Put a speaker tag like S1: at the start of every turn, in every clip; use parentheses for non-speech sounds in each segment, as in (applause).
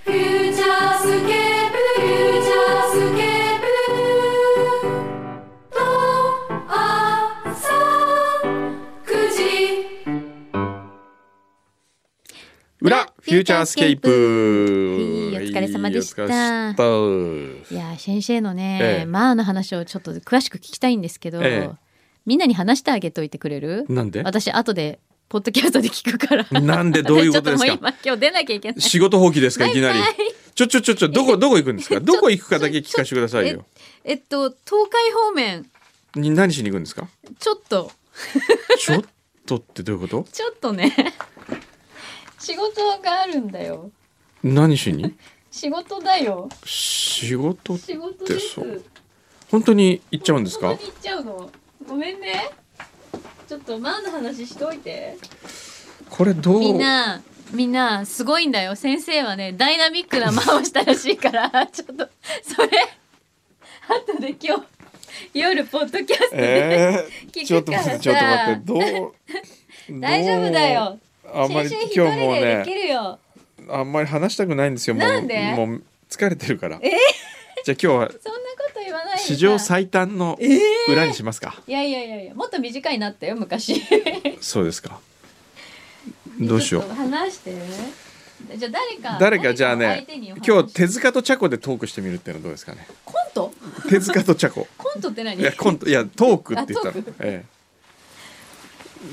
S1: フューチャースケープフューチャースケープと朝9時
S2: 裏フューチャースケープ
S3: はいお疲れ様でした
S2: はいお疲れ様でし
S3: いやー先生のね、
S2: ええ
S3: まあの話をちょっと詳しく聞きたいんですけど、
S2: ええ
S3: みんなに話してあげといてくれる
S2: たなんで
S3: 私後でポッドキャストで聞くから
S2: なんでどういうことですか
S3: (laughs) 私ちょっともう今今日出なきゃいけない
S2: 仕事放棄ですかいきなり
S3: バイバイ
S2: ちょちょちょちょどこどこ行くんですかどこ行くかだけ聞かせてくださいよ
S3: えっと東海方面
S2: に何しに行くんですか
S3: ちょっと
S2: ちょっとってどういうこと
S3: ちょっ
S2: (laughs)
S3: とね仕事があるんだよ
S2: 何しに
S3: 仕事だよ
S2: 仕事
S3: 仕事
S2: で
S3: ですす
S2: で本当に行っちゃうんですか
S3: 本当に行っちゃうのごめんねちょっとマーの話しといて
S2: これどう
S3: みんなみんなすごいんだよ先生はねダイナミックな間をしたらしいから (laughs) ちょっとそれあとで今日夜ポッドキャスト (laughs) で、
S2: えー、ちょっと
S3: 聞くからさ
S2: ちょっと待ってどうどう
S3: (laughs) 大丈夫だよ
S2: あんまり
S3: 先生一人
S2: 今日もう
S3: ででき
S2: ね
S3: るよ、
S2: あんまり話したくないんですよもう
S3: なんで
S2: もう疲れてるからじゃあ今日は
S3: そんなこと言わないでさ
S2: 史上最短の
S3: えー
S2: 裏にしますか、
S3: いやいやいやいやもっと短いなったよ昔
S2: そうですか (laughs) どうしよ
S3: ち
S2: う
S3: っと話してじゃあ誰か
S2: 誰かじゃあ
S3: 誰を
S2: ね
S3: 相手にお話し
S2: 今日手塚とチャコでトークしてみるっていうのはどうですか
S3: (laughs)
S2: ね
S3: コント
S2: 手塚とチャコ
S3: コントって何
S2: いやコントいやトークって言った
S3: あト
S2: ら
S3: ーク
S2: ええ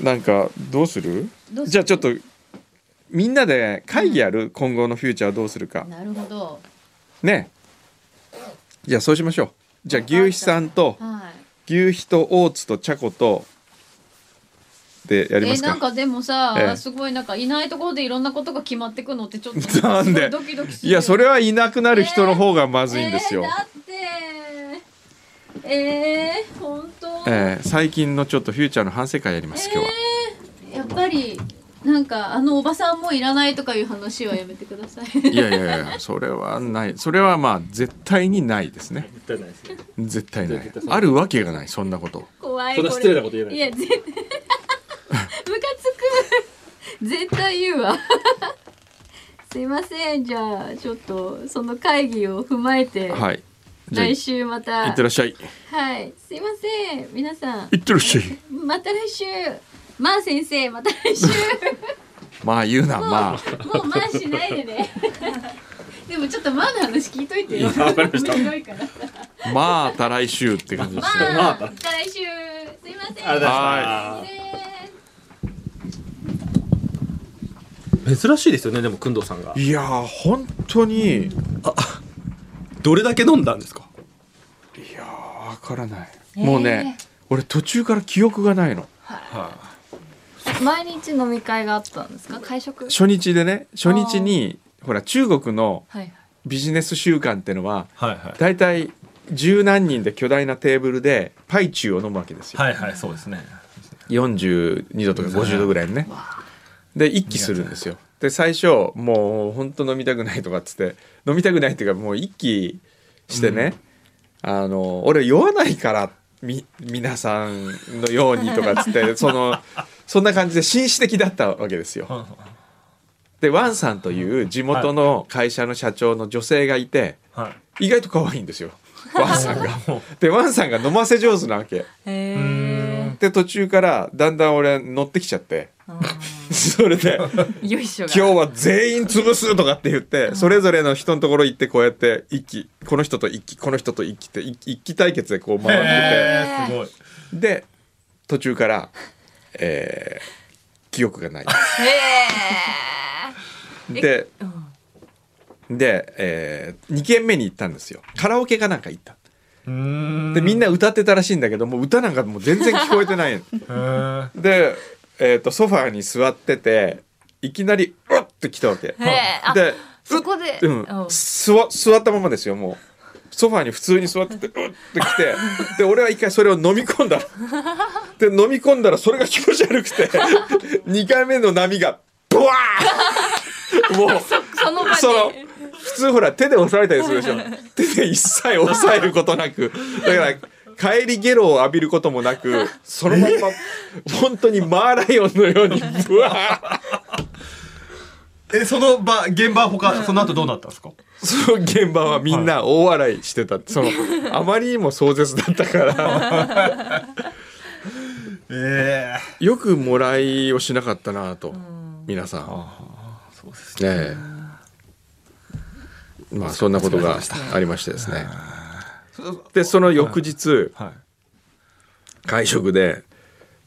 S2: なんかどうする
S3: どうする
S2: じゃあちょっとみんなで会議やる、今後のフューチャーどうするか
S3: なるほど
S2: ねじゃあそうしましょうじゃあ牛皮さんと
S3: はい
S2: 牛皮と大津とチャコとでやります
S3: え
S2: か
S3: なんかでもさ、
S2: ええ
S3: すごいなんかいないところでいろんなことが決まってくのってちょっと
S2: なんです
S3: ごいドキドキする
S2: いやそれ
S3: は
S2: はいなくなる人の方がま
S3: ま
S2: ずいんですよ、
S3: だってえー、本当、
S2: ええ最近のちょっとフューチャーの反省会やります今日は、
S3: えーやっぱりなんかあのおばさんもいらないとかいう話はやめてくだ
S2: (laughs)
S3: さい
S2: いやいやいやそれはないそれはまあ絶対にないですね
S4: 絶対ないですよ。
S2: 絶対ない
S4: 絶対そう
S2: あるわけがないそんなこと
S3: 怖い
S4: そんな失礼なこと言えない
S3: いや絶対 (laughs) ムカつく (laughs) 絶対言うわすいませんじゃあちょっとその会議を踏まえて、
S2: はいじゃあ
S3: 来週ま
S2: い
S3: た
S2: ってらっしゃい
S3: はい、すいません、皆さん
S2: い、ってらっしゃい
S3: また来週。まあ先生、また来週。
S2: まあ言うな
S3: もう、
S2: まあ
S3: もうまあしないでね。でもちょっとまあの話聞いといてよ。
S4: いやわかり
S3: (laughs)
S4: ました
S3: 面白いからさ。
S2: まあた来週って感じで
S3: ます
S2: ね
S3: あ、また来週。すいません。
S4: ありがとうございま
S2: は
S4: 珍しいですよねでも工藤さんが
S2: いやー本当にい
S4: どれだけ飲んだんですか
S2: やーわからないもうね俺途中から記憶がないの
S5: 毎日飲み会があったんですか会食
S2: 初日でね初日にほら中国の
S5: はい
S2: ビジネス習慣ってのは
S4: はいはい
S2: 大体十何人で巨大なテーブルでパイチューを飲むわけですよ、
S4: はいはいそうですね
S2: 42度とか50度ぐらいのねで一気するんですよで最初もう本当飲みたくないとかっつって飲みたくないっていうかもう一気してね、あの俺酔わないからみ皆さんのようにとかっつって (laughs) そのそんな感じで紳士的だったわけですよ
S4: は
S2: でワンさんという地元の会社の社長の女性がいて、
S4: はい
S2: 意外と可愛いん (laughs) ですよワンさんがでワンさんが飲ませ上手なわけ
S4: うん
S2: で途中からだんだん俺乗ってきちゃって (laughs) それで
S3: よいしょ
S2: 「今日は全員潰す!」とかって言ってそれぞれの人のところ行ってこうやって一気この人と一気この人と一気って一気一気対決でこう回って
S4: へーすごい
S2: てで途中からえー記憶がないでで、え2軒目に行ったんですよカラオケかなんか行った
S4: うーん
S2: でみんな歌ってたらしいんだけどもう歌なんかもう全然聞こえてない
S4: へー
S2: (laughs) で、えー、とソファーに座ってていきなり「うっ!」て来たわけ
S5: ええあ
S2: で
S5: そこで
S2: う、うん、
S5: お
S2: 座座ったままですよもうソファーに普通に座ってて「うっ!」て来てで俺は一回それを飲み込
S5: (laughs)
S2: んだで飲み込んだらそれが気持ち悪くて2回目の波がブワーもう
S5: (laughs) その場で
S2: その普通ほら手で押さえたりするでしょ手で一切押さえることなくだから帰りゲロを浴びることもなくそのまんま本当にマーライオンのようにブワー
S4: え、その場、現場ほか、その後どうなったんですか
S2: (laughs) その現場はみんな大笑いしてたってそのあまりにも壮絶だった (laughs) から
S4: ええ
S2: よくもらいをしなかったなと皆さん。
S4: そうです
S2: え
S4: ね。
S2: えまあそんなことがありましてですねでその翌日
S4: はい。
S2: 会食で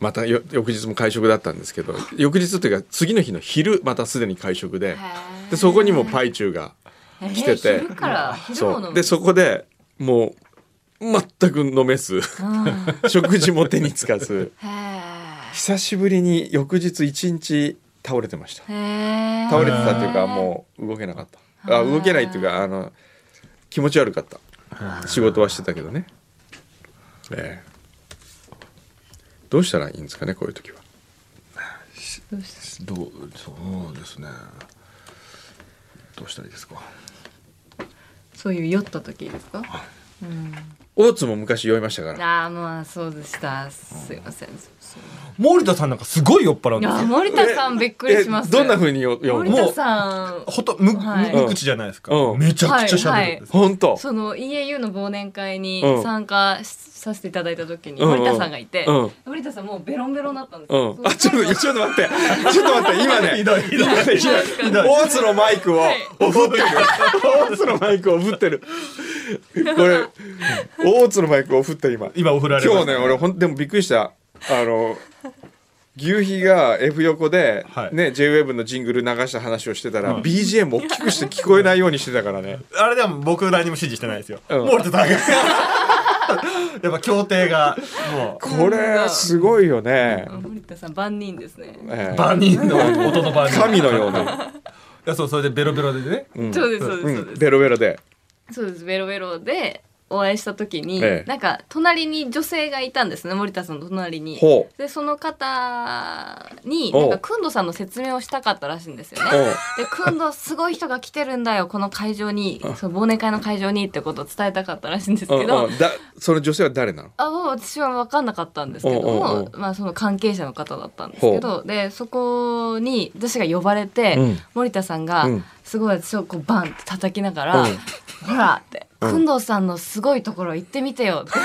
S2: またよ翌日も会食だったんですけど翌日というか次の日の昼またすでに会食ででそこにもパイチュウが来てて
S5: 昼から昼も飲
S2: そう
S5: む
S2: でそこでもう全く飲め
S5: (laughs)
S2: ず食事も手につかず
S5: へ
S2: 久しぶりに翌日一日倒れてました
S5: えへえ
S2: 倒れてたっていうかもう動けなかったあ
S5: あー
S2: 動けないっていうかあの気持ち悪かった仕事はしてたけどねええどうしたらいいんですかねこういう時は
S4: どう、そうですね。どうしたらいいですか。
S5: そういう酔った時ですか
S2: 大津も昔酔いましたから
S5: ああまあそうでしたすいませんそうそう
S4: 森田さんなんかすごい酔っ払うん
S5: い
S4: です
S5: や
S4: よ。
S5: 森田さんびっくりします
S2: えどんな風に酔う
S5: 森
S2: の
S5: 田
S2: もう
S5: さん
S4: ほとむ、
S5: はい
S4: 無口じゃないですか。
S2: うん
S4: めちゃくちゃ喋るんです。
S2: 本当
S5: その EAU の忘年会に
S2: うん
S5: 参加しさせていただいた時に
S2: うんうん
S5: 森田さんがいて、
S2: うん
S5: 森田さんもうベロンベロンだったんです
S2: う
S5: よ、
S2: ん、あちょっとちょっと待ってちょっと待って今ね
S4: ひどいひどい
S2: 今ねひどい
S4: ひどい
S2: 大津のマイクをおぶってる大津のマイクをおぶってるこれ大津のマイクをおぶった今
S4: 今お振られま
S2: 今
S4: し
S2: 日
S4: た
S2: ね俺ほんでもびっくりしたあの牛皮が F 横で、
S4: はい
S2: ね JWEB のジングル流した話をしてたら、BGM 大きくして聞こえないようにしてたからね
S4: あれでも僕何も指示してない (laughs) ですよ。
S2: うん
S4: 森田さんが。やっぱ協定がも
S2: これすごいよね、
S5: 森田さん万人ですね、
S2: え
S4: う
S2: え
S4: 万人の音の万人。
S2: 神の
S4: い
S2: ような、
S4: やそうそれでベロベロでね。
S2: うん
S5: そうですそうです
S2: う
S5: そうで
S2: ん、
S5: す、
S2: ベロベロで
S5: そうですベロベロでお会いした時に、
S2: ええ
S5: なんか隣に女性がいたんですね森田さんの隣に
S2: ほう
S5: でその方に
S2: お
S5: な
S2: うん
S5: かくんどさんの説明をしたかったらしいんですよね
S2: おう
S5: で、くんどすごい人が来てるんだよ、この会場に、その忘年会の会場にってことを伝えたかったらしいんです
S2: うん
S5: けど、
S2: うんだその女性は誰なの
S5: あもう私は分かんなかったんですけど
S2: おうおう
S5: も
S2: お、
S5: まあその関係者の方だったんですけど、で、そこに私が呼ばれて、
S2: うん
S5: 森田さんが
S2: うん、
S5: すごい私をこうバンって叩きながら、
S2: うん
S5: ほらって、くんどさんのすごいところ行ってみてよって。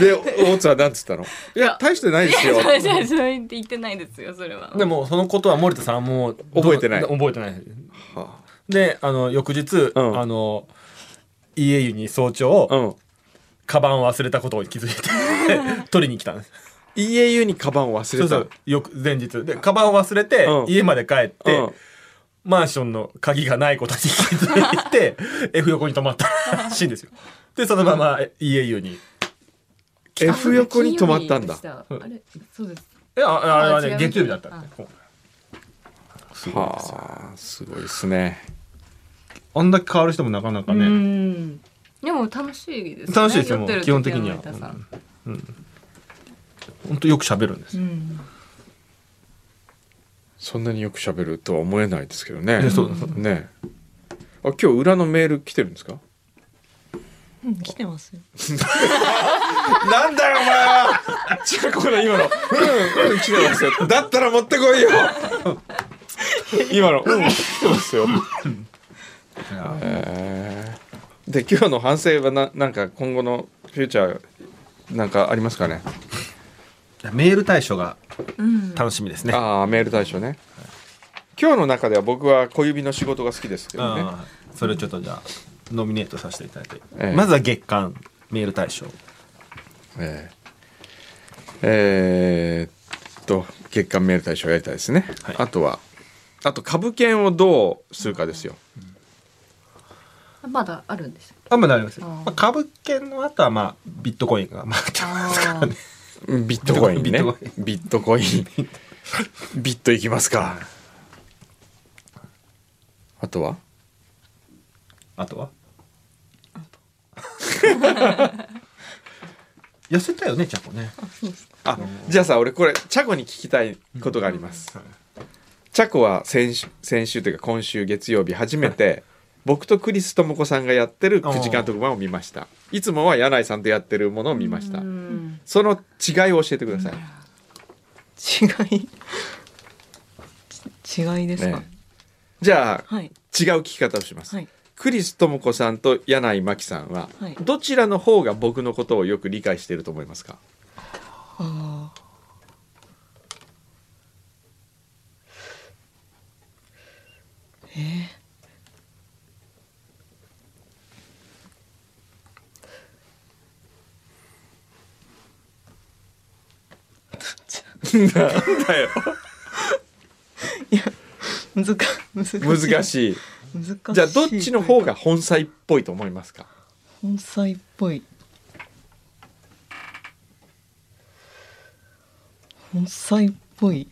S2: で大津は何つったのいや大してないですよ
S5: それじゃそれ言ってないですよ、それは。
S4: でもそのことは森田さんはもう
S2: 覚えてない
S4: どう覚えてない。
S2: はあ
S4: であの翌日、
S2: うん
S4: あの EAU に早朝、
S2: うん
S4: カバンを忘れたことを気づい
S2: (laughs)
S4: て取りに来たんです。
S2: EAU にカバンを忘
S4: そ
S2: れ
S4: うそ
S2: た
S4: う翌前日でカバンを忘れて、
S2: うん
S4: 家まで帰って、
S2: うん
S4: マンションの鍵がないことに気づい (laughs) て F 横に泊まったらしいんですよ。でそのまま EAU に。
S2: F 横に止まったんだ
S5: 金曜日でしたあれそうです。
S4: えあああれはね
S5: あ違う
S4: 月曜日だったんで
S2: すごいですはあすごいですね
S4: あんだけ変わる人もなかなか
S5: う
S4: ね。
S5: ん。でも楽しいですね。
S4: 楽しいですよ
S5: 酔ってる時
S4: 基本的には
S5: 森田さん
S4: 本当よく喋るんです
S5: う
S4: よ。
S5: ん。
S2: そんなによく喋るとは思えないですけどね
S4: ねそうそう
S2: ねあ今日裏のメール来てるんですか
S6: 来てますよ。
S2: なんだよお前はちょこの今の「うんうん来てますよ」だったら持ってこいよ (laughs) 今の「うん来てますよ」えーで今日の反省はななんか今後のフューチャーなんかありますかね
S4: メール対象が楽しみですね。
S2: ああメール対象ね今日の中では僕は小指の仕事が好きですけどね
S4: あーそれをちょっとじゃあノミネートさせていただいて、
S2: ええ
S4: まずは月間メール大賞
S2: えーえーっと月間メール対象やりたいですね、
S4: はい
S2: あとはあと株券をどうするかですよ、
S5: まだあるんですよ。
S4: あまあなりますよ
S5: あー
S4: まあ、株券の後はまあビットコインがまあちょっ
S5: ああ。
S2: ビットコインね
S4: ビットコイ
S2: ビットコインビットいきますかあとは
S4: とあとは (laughs) 痩せたよねちゃんこね
S2: あじゃあさ俺これチャコに聞きたいことがあります、チャコは先週先週というか今週月曜日初めて僕とクリス智子さんがやってる九時間特番を見ましたいつもは柳井さんとやってるものを見ました
S5: うん。
S2: その違いを教えてください
S6: 違い。違いですか
S2: ね。じゃあ
S6: はい
S2: 違う聞き方をします、
S6: はい
S2: クリス智子さんと柳井真紀さんは、
S6: はい
S2: どちらの方が僕のことをよく理解していると思いますか
S6: ああ。え
S2: (laughs)
S6: ー
S2: だよ
S6: いや、難か難しい。
S2: 難
S6: い。
S2: しい
S6: 難しい。
S2: じゃあどっちの方が本妻っぽいと思いますか
S6: 本妻っぽい。本妻っぽい。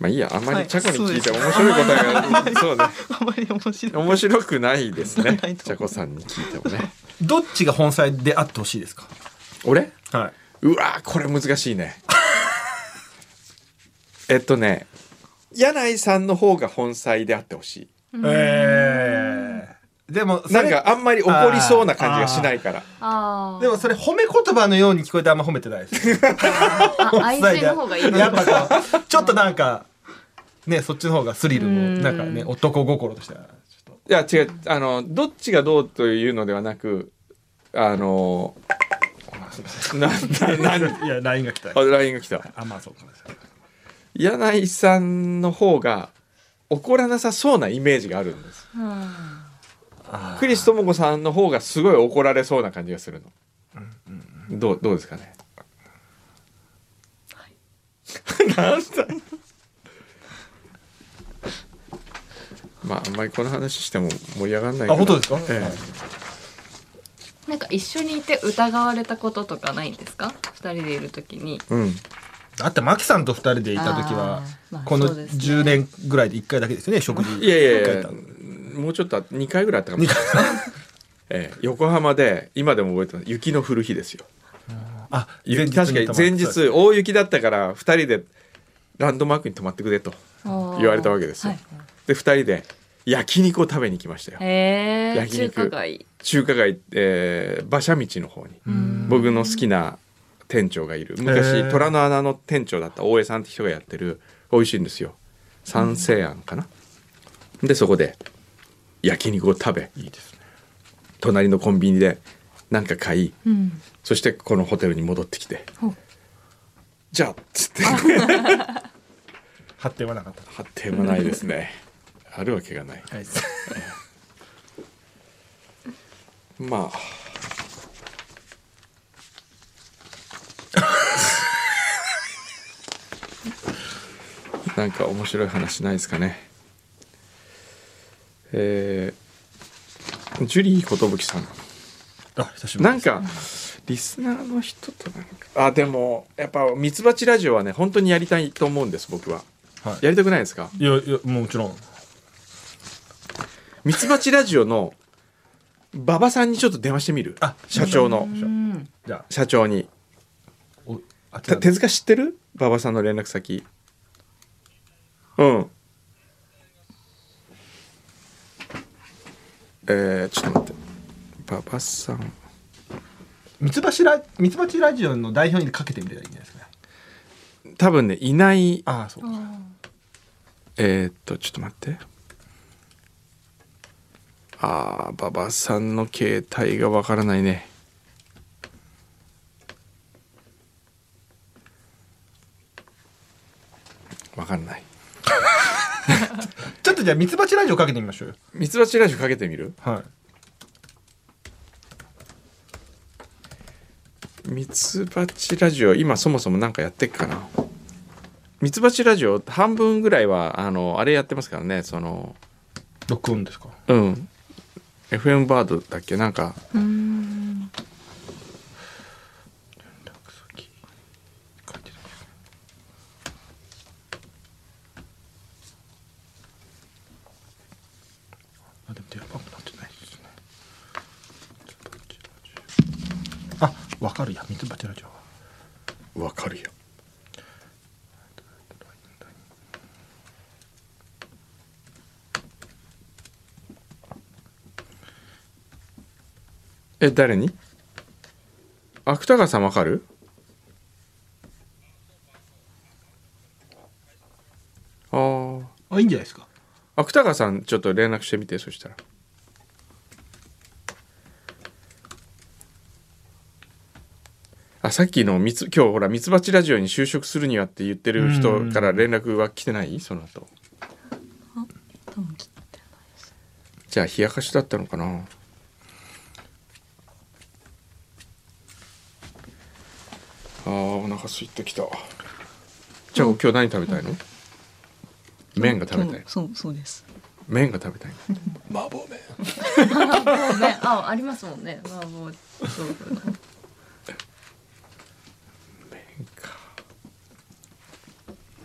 S2: まあいいやあんま
S6: は
S2: り
S6: い
S2: チャコに聞いて面白い答えがそうね
S6: あまり面白い。
S2: 面白くないですね
S6: ないと
S2: チャコさんに聞いてもね
S4: どっちが本妻であってほしいですか
S2: 俺
S4: は
S2: うわーこれ難しいねえっとね柳井さんの方が本妻であってほし
S4: い。えー、でも
S2: いなんかあんまり怒りそうな感じがしないから
S5: あ
S4: でもそれ褒め言葉のように聞こえてあんま褒めてないです。
S5: ああ (laughs) 愛人の方がいい
S4: やっぱこうちょっとなんかねそっちの方がスリルもなんかね男心としてはち
S2: いや
S4: ょっ
S2: 違うあのどっちがどうというのではなくあのな (laughs) なな
S4: といや LINE が来た
S2: あ LINE が来た
S4: あまあそうかもしれない
S2: 柳井さんの方が怒らなさそうなイメージがあるんです
S4: あ
S2: クリス智子さんの方がすごい怒られそうな感じがするの、どうどうですかね (laughs) なんだまああんまりこの話しても盛り上がらない
S4: あ本当ですか
S2: ええ
S5: なんか一緒にいて疑われたこととかないんですか二人でいるときに
S2: うん
S4: だってマキさんと二人でいた時は
S5: あーまあ
S4: この
S5: そうですね
S4: 10年ぐらいで1回だけですよね食事
S2: いやいやい
S4: 会
S2: やもうちょっとあ2回ぐらいあったかもしれない、
S4: (laughs)
S2: ええ、横浜で今でも覚えてます雪の降る日ですよ
S4: あ
S2: ゆ
S4: に
S2: 確かに前日大雪だったから2人でランドマークに泊まってくれと言
S5: 言
S2: われたわけですよ、
S5: はい
S2: で2人で焼肉を食べに来ましたよ
S5: へえ
S2: 焼肉
S5: 中華街
S2: 中華街、えー馬車道の方に僕の好きな店長がいる
S4: へ
S2: 昔
S4: ー
S2: 虎の穴の店長だった大江さんって人がやってる美味しいんですよ三成庵かな、でそこで焼肉を食べ
S4: いいですね
S2: 隣のコンビニで何か買い
S5: うん
S2: そしてこのホテルに戻ってきて
S5: ほう
S2: 「じゃあ」っつって
S4: 発展はなかった
S2: 発展はないですねあるわけがない
S4: はい
S2: まあなんか面白い話ないですかねえージュリー寿さん
S4: あ久しぶり
S2: なんかリスナーの人となんかあでもやっぱミツバチラジオはね本当にやりたいと思うんです僕は
S4: はい
S2: やりたくないですか
S4: いやいやもちろん
S2: ミツバチラジオの馬場さんにちょっと電話してみる
S4: あ
S2: 社長の
S5: うん
S4: じゃあ
S2: 社長に
S4: おあ
S2: た手塚知ってる馬場さんの連絡先うんえー、ちょっと待って馬場さん
S4: ミツバチラミツバチラジオの代表にかけてみればいいんじゃないですかね
S2: 多分ねいない
S4: ああそうか
S2: えー、っとちょっと待ってあー馬場さんの携帯がわからないねわかんない
S4: ちょっとじゃあミツバチラジオかけてみましょうよ
S2: ミツバチラジオかけてみる
S4: はい
S2: ミツバチラジオ今そもそも何かやってっかなミツバチラジオ半分ぐらいはあのあれやってますからねその
S4: 録音ですか
S2: うん FM バードだっけなんか
S4: あでも電話番号なってないですねあわかるやミツバチラジオは
S2: わかるよえ誰に芥川さんわかるああ
S4: あいいん
S2: 芥川さんちょっと連絡してみてそしたらあさっきのみつ今日ほら「ミツバチラジオに就職するには」って言ってる人から連絡は来てないその後じゃあ冷やかしだったのかなあーお腹空いてきたじゃあ今日何食べたいの麺が食べたい
S6: そうそうです
S2: 麺が食べたい
S4: 麻婆麺
S5: そうねあありますもんね麻婆豆腐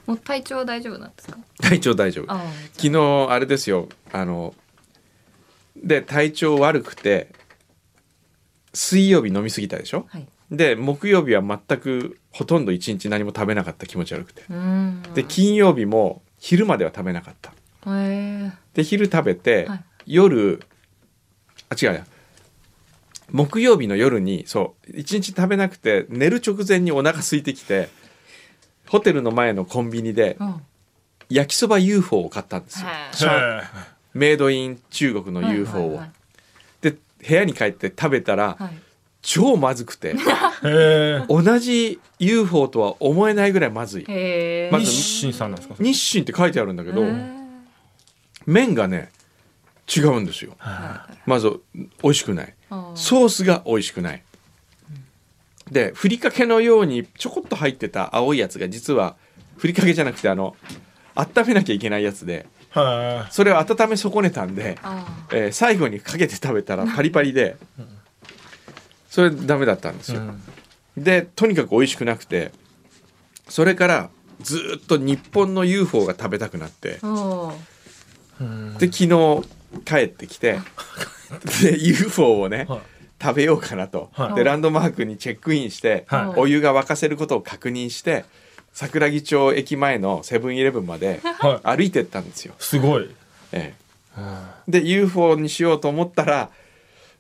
S5: もう体調は大丈夫なんですか
S2: 体調大丈夫
S5: ああ
S2: 昨日あれですよあので体調悪くて水曜日飲み過ぎたでしょ
S5: はい
S2: で木曜日は全くほとんど一日何も食べなかった気持ち悪くて
S5: うーん
S2: で金曜日も昼までは食べなかった
S5: へえ
S2: で昼食べて、
S5: はい
S2: 夜あ違うや木曜日の夜にそう一日食べなくて寝る直前にお腹空いてきてホテルの前のコンビニで
S5: うん
S2: 焼きそば UFO を買ったんですよ
S5: は
S2: メイドイン中国の
S5: い
S2: UFO を、
S5: はいはい
S2: で部屋に帰って食べたら
S5: はい
S2: 超まずく
S5: (laughs)
S2: て
S4: へ
S2: 同じ UFO とは思えないぐらいまずい
S5: へえ
S2: ま
S4: え
S2: ず
S4: 日清さんなんですか
S2: 日清って書いてあるんだけど
S5: へー
S2: 麺がね違うんですよまず美味しくない
S5: ああ
S2: ソースが美味しくない。でふりかけのようにちょこっと入ってた青いやつが実はふりかけじゃなくてあの温めなきゃいけないやつで
S4: は
S2: それを温め損ねたんで、
S5: あ
S2: えー最後にかけて食べたらパリパリでそれダメだったんです
S4: い
S2: よ。でとにかく美味しくなくてそれからずーっと日本の UFO が食べたくなって
S5: あおー
S2: で昨日帰ってき
S4: (laughs)
S2: てで UFO をね、
S4: はい
S2: 食べようかなと、
S4: はい
S2: でランドマークにチェックインして、
S4: はい
S2: お湯が沸かせることを確認して桜木町駅前のセブンイレブンまで
S4: はい
S2: 歩いてったんですよ。
S4: すごい
S2: ええ、で UFO にしようと思ったら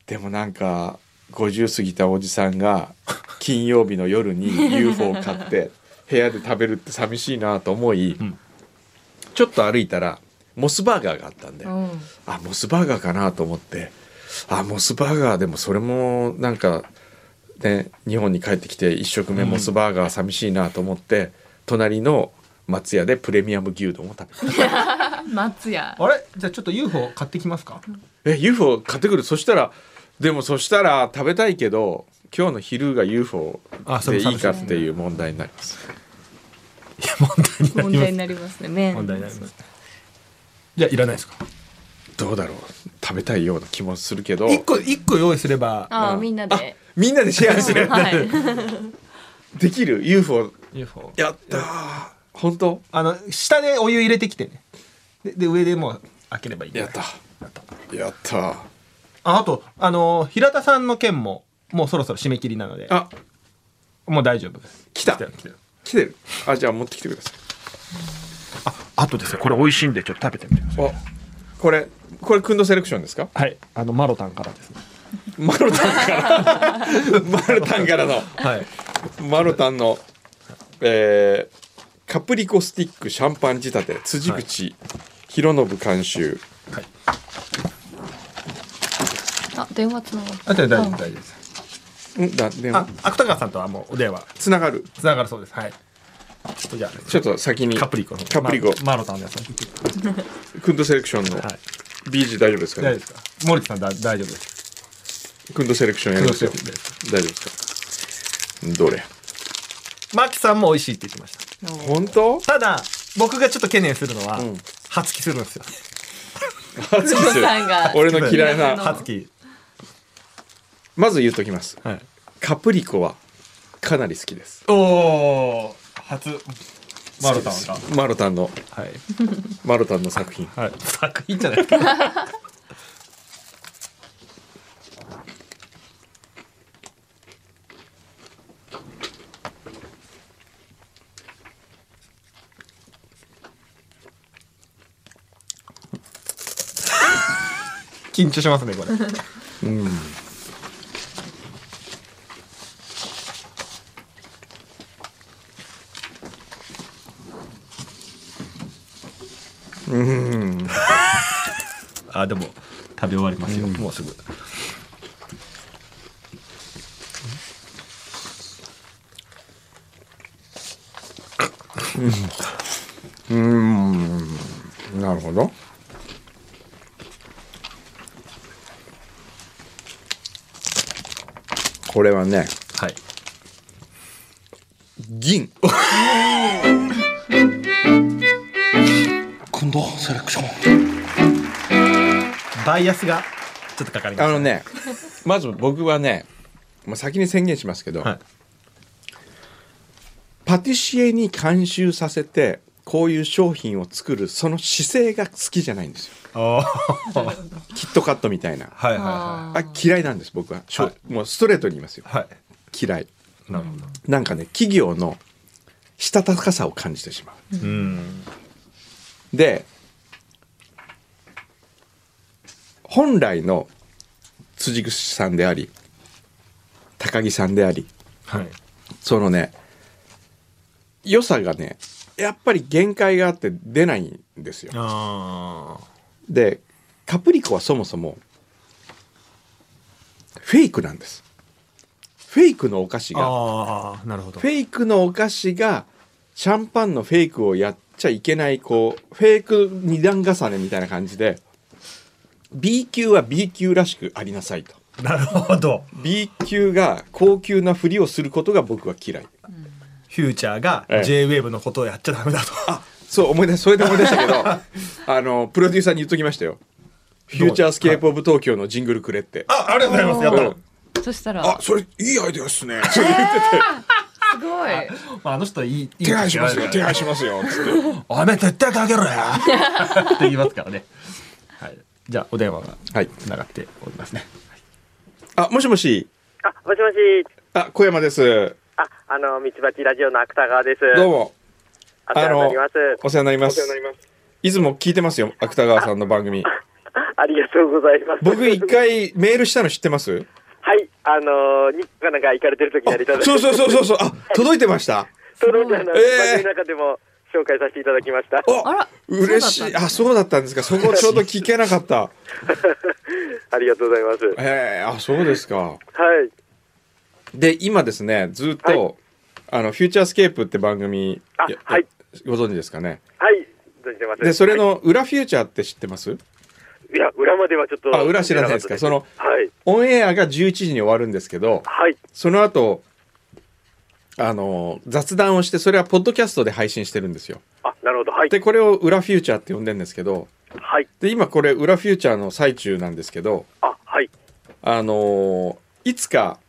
S2: でもなんか50過ぎたおじさんが金曜日の夜に UFO を買って部屋で食べるって寂しいなと思い、
S4: ん
S2: ちょっと歩いたらモスバーガーがあったんで、
S5: うん
S2: あモスバーガーかなと思ってあモスバーガーでもそれもなんかね日本に帰ってきて1食目モスバーガー寂しいなと思って、隣の松屋でプレミアム牛丼を食べた
S5: 松屋
S4: あれじゃあちょっと UFO 買ってきますか
S2: え UFO 買ってくるそしたらでもそしたら食べたいけど今日の昼が UFO
S4: あそ
S2: で
S4: れ
S2: い
S4: も
S2: いか
S4: 寂
S2: っ
S4: しい
S2: ていう問題になります
S5: 問題になりますね麺
S4: 問題になりますじゃあいらないですか
S2: どうだろう食べたいような気もするけど
S4: 一個一個用意すれば
S5: ああ
S2: うん
S5: みんなで
S2: みんなでシェアする (laughs)
S5: はい
S2: できる UFO
S4: UFO
S2: やったー本当
S4: あの下でお湯入れてきてねでで上でもう開ければいい
S2: やったやった
S4: ああとあのー平田さんの件ももうそろそろ締め切りなので
S2: あ
S4: もう大丈夫です
S2: 来た
S4: 来てる来てる
S2: 来てるあじゃあ持ってきてくださ
S4: ああとですねこれ美味しいんでちょっと食べてみてくだ
S2: いあこれこれくんどセレクションですか
S4: いはいあのマロタンからですね
S2: マロタンから (laughs) マロタンからの
S4: はい
S2: マロタンの、えーカプリコスティックシャンパン仕立て辻口、広信監修
S5: あ電話つながる
S4: あとは大丈夫大丈夫です
S2: んだで
S4: あ芥川さんとはもうお電話
S2: つながる
S4: つながるそうですはいじゃあ
S2: ちょっと先に
S4: カプリコの
S2: カプリコ、
S4: ママロタンのやつはい
S2: クンドセレクションの BG 大丈夫ですか
S4: 大
S2: ね
S4: 丈夫ですか森田さんだ大丈夫です
S2: クンドセレクションやりますよ
S4: クンドセレク
S2: 大
S4: シ
S2: 丈夫ですかどれ
S4: マキさんも美味しいって言ってました
S2: 本当
S4: ただ僕がちょっと懸念するのは、
S2: うん
S4: 初期するんですよ
S2: 初キス
S5: さんが
S2: 俺の嫌い
S4: (laughs)
S2: な
S4: 初期
S2: まず言っときます
S4: はい
S2: カプリコはかなり好きです
S4: おお初マロタンが
S2: マロタンの
S4: はい
S2: マロタンの作品
S4: はい作品じゃないですか緊張しますねこれ
S2: うん
S4: あでも食べ終わりますよ、もうすぐ
S2: うーんなるほどこれはね
S4: はい
S2: 銀
S4: (laughs) 今度セレクションバイアスがちょっとかかりま
S2: あ
S4: す
S2: のねまず僕はねもう先に宣言しますけど、
S4: はい
S2: パティシエに監修させてこういう商品を作るその姿勢が好きじゃないんですよ
S4: あー
S2: キットカットみたいな
S4: はいはいは
S2: あ嫌いなんです僕は、しょ
S4: は
S2: もうストレートに言いますよ
S4: いはい
S2: 嫌い
S4: なるほど
S2: なんかね企業のしたたかさを感じてしまう
S4: うん
S2: で本来の辻口さんであり高木さんであり
S4: はい
S2: そのね良さがねやっぱり限界があって出ないんですよ。
S4: あ
S2: でカプリコはそもそもフェイクなんです。フェイクのお菓子
S4: ー
S2: が
S4: あーなるほど
S2: フェイクのお菓子がシャンパンのフェイクをやっちゃいけないこうフェイク二段重ねみたいな感じで B 級は B 級らしくありなさいと
S4: なるほど
S2: B 級が高級なふりをすることが僕は嫌い
S4: フューチャーが
S2: ええ
S4: JWAVE のことをやっちゃダメだと、
S2: そう思い出それで思い出したけ (laughs) どあのプロデューサーに言っときましたよ「フューチャースケープ・オブ・東京」のジングルくれって、
S4: あありがとうございますやった
S2: う
S4: ー
S2: ん
S5: そしたら
S2: あそれいいアイデアっすね
S5: すごい
S4: まあ、あの人はいい
S2: 手配しますよ手
S4: 手配
S2: 配しますよつって
S4: おめ絶対かけろよ (laughs) って言いますからね、はい、じゃあお電話が
S2: はい
S4: つながっておりますね
S2: あもしもし
S7: あ、もしもし。
S2: あ小山です
S7: あ、あの、道端ラジオの芥川です。
S2: どう。も
S7: お世話になります。
S2: お世話になります
S7: お世話になります。
S2: いつも聞いてますよ、芥川さんの番組。
S7: ありがとうございます。
S2: 僕一。回メールしたの知ってます
S7: はい、あの、日本かなんか行かれてる時にやりただいて。
S2: そうそうそうそうそう、あ、届いてました。
S7: そのあの番
S2: ええ
S7: 組の中でも紹介させていただきました。
S2: お
S5: あら
S2: 嬉しい。あ、そうだったんですか。そこちょうど聞けなか (laughs) った。
S7: ありがとうございます。は
S2: ええあ、そうですか。
S7: い。
S2: で、今ですね、ずっと、
S7: はい
S2: あの、フューチャースケープって番組、
S7: あ
S2: や
S7: はい
S2: ご存知ですかね。
S7: はい。存じてます。
S2: で、それ。の裏フューチャーって知ってます
S7: いや、裏まではちょっと。
S2: あ裏知らないですかその
S7: はい。
S2: オンエアが11時に終わるんですけど、
S7: はい。
S2: その後、あの、雑談をして、それはポッドキャストで配信してるんですよ。
S7: あ、なるほど。はい。
S2: でこれを裏フューチャーって呼んでるんですけど
S7: はい。
S2: で今これ裏フューチャーの最中なんですけど
S7: あ、はい。
S2: あのーいつか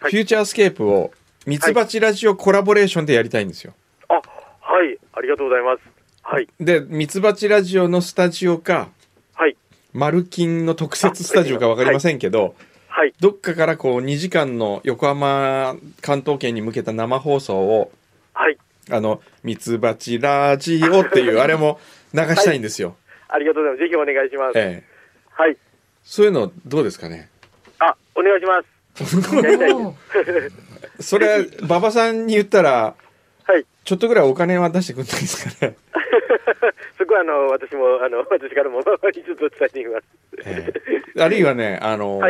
S2: フ
S7: はい
S2: ューチャースケープをミツバチラジオコラボレーションでやりたいんですよ。
S7: あ、はい。ありがとうございます。はい。
S2: でミツバチラジオのスタジオか
S7: はい。
S2: マルキンの特設スタジオか分かりませんけど、
S7: はい。
S2: どっかからこう2時間の横浜関東圏に向けた生放送を
S7: はい。
S2: あのミツバチラジオっていうあれも流したいんですよ。
S7: ありがとうございます。ぜひお願いします。
S2: ええ、
S7: はい。
S2: そういうのどうですかね (laughs)
S7: あ、お願いします。やりたいです
S5: お
S2: それ馬場さんに言ったら
S7: はい。
S2: ちょっとぐらいお金は出してくんないですかね。
S7: そこはあの私もあの (laughs) 私からもちょっと伝えていきます。
S2: ええあるいはね、あの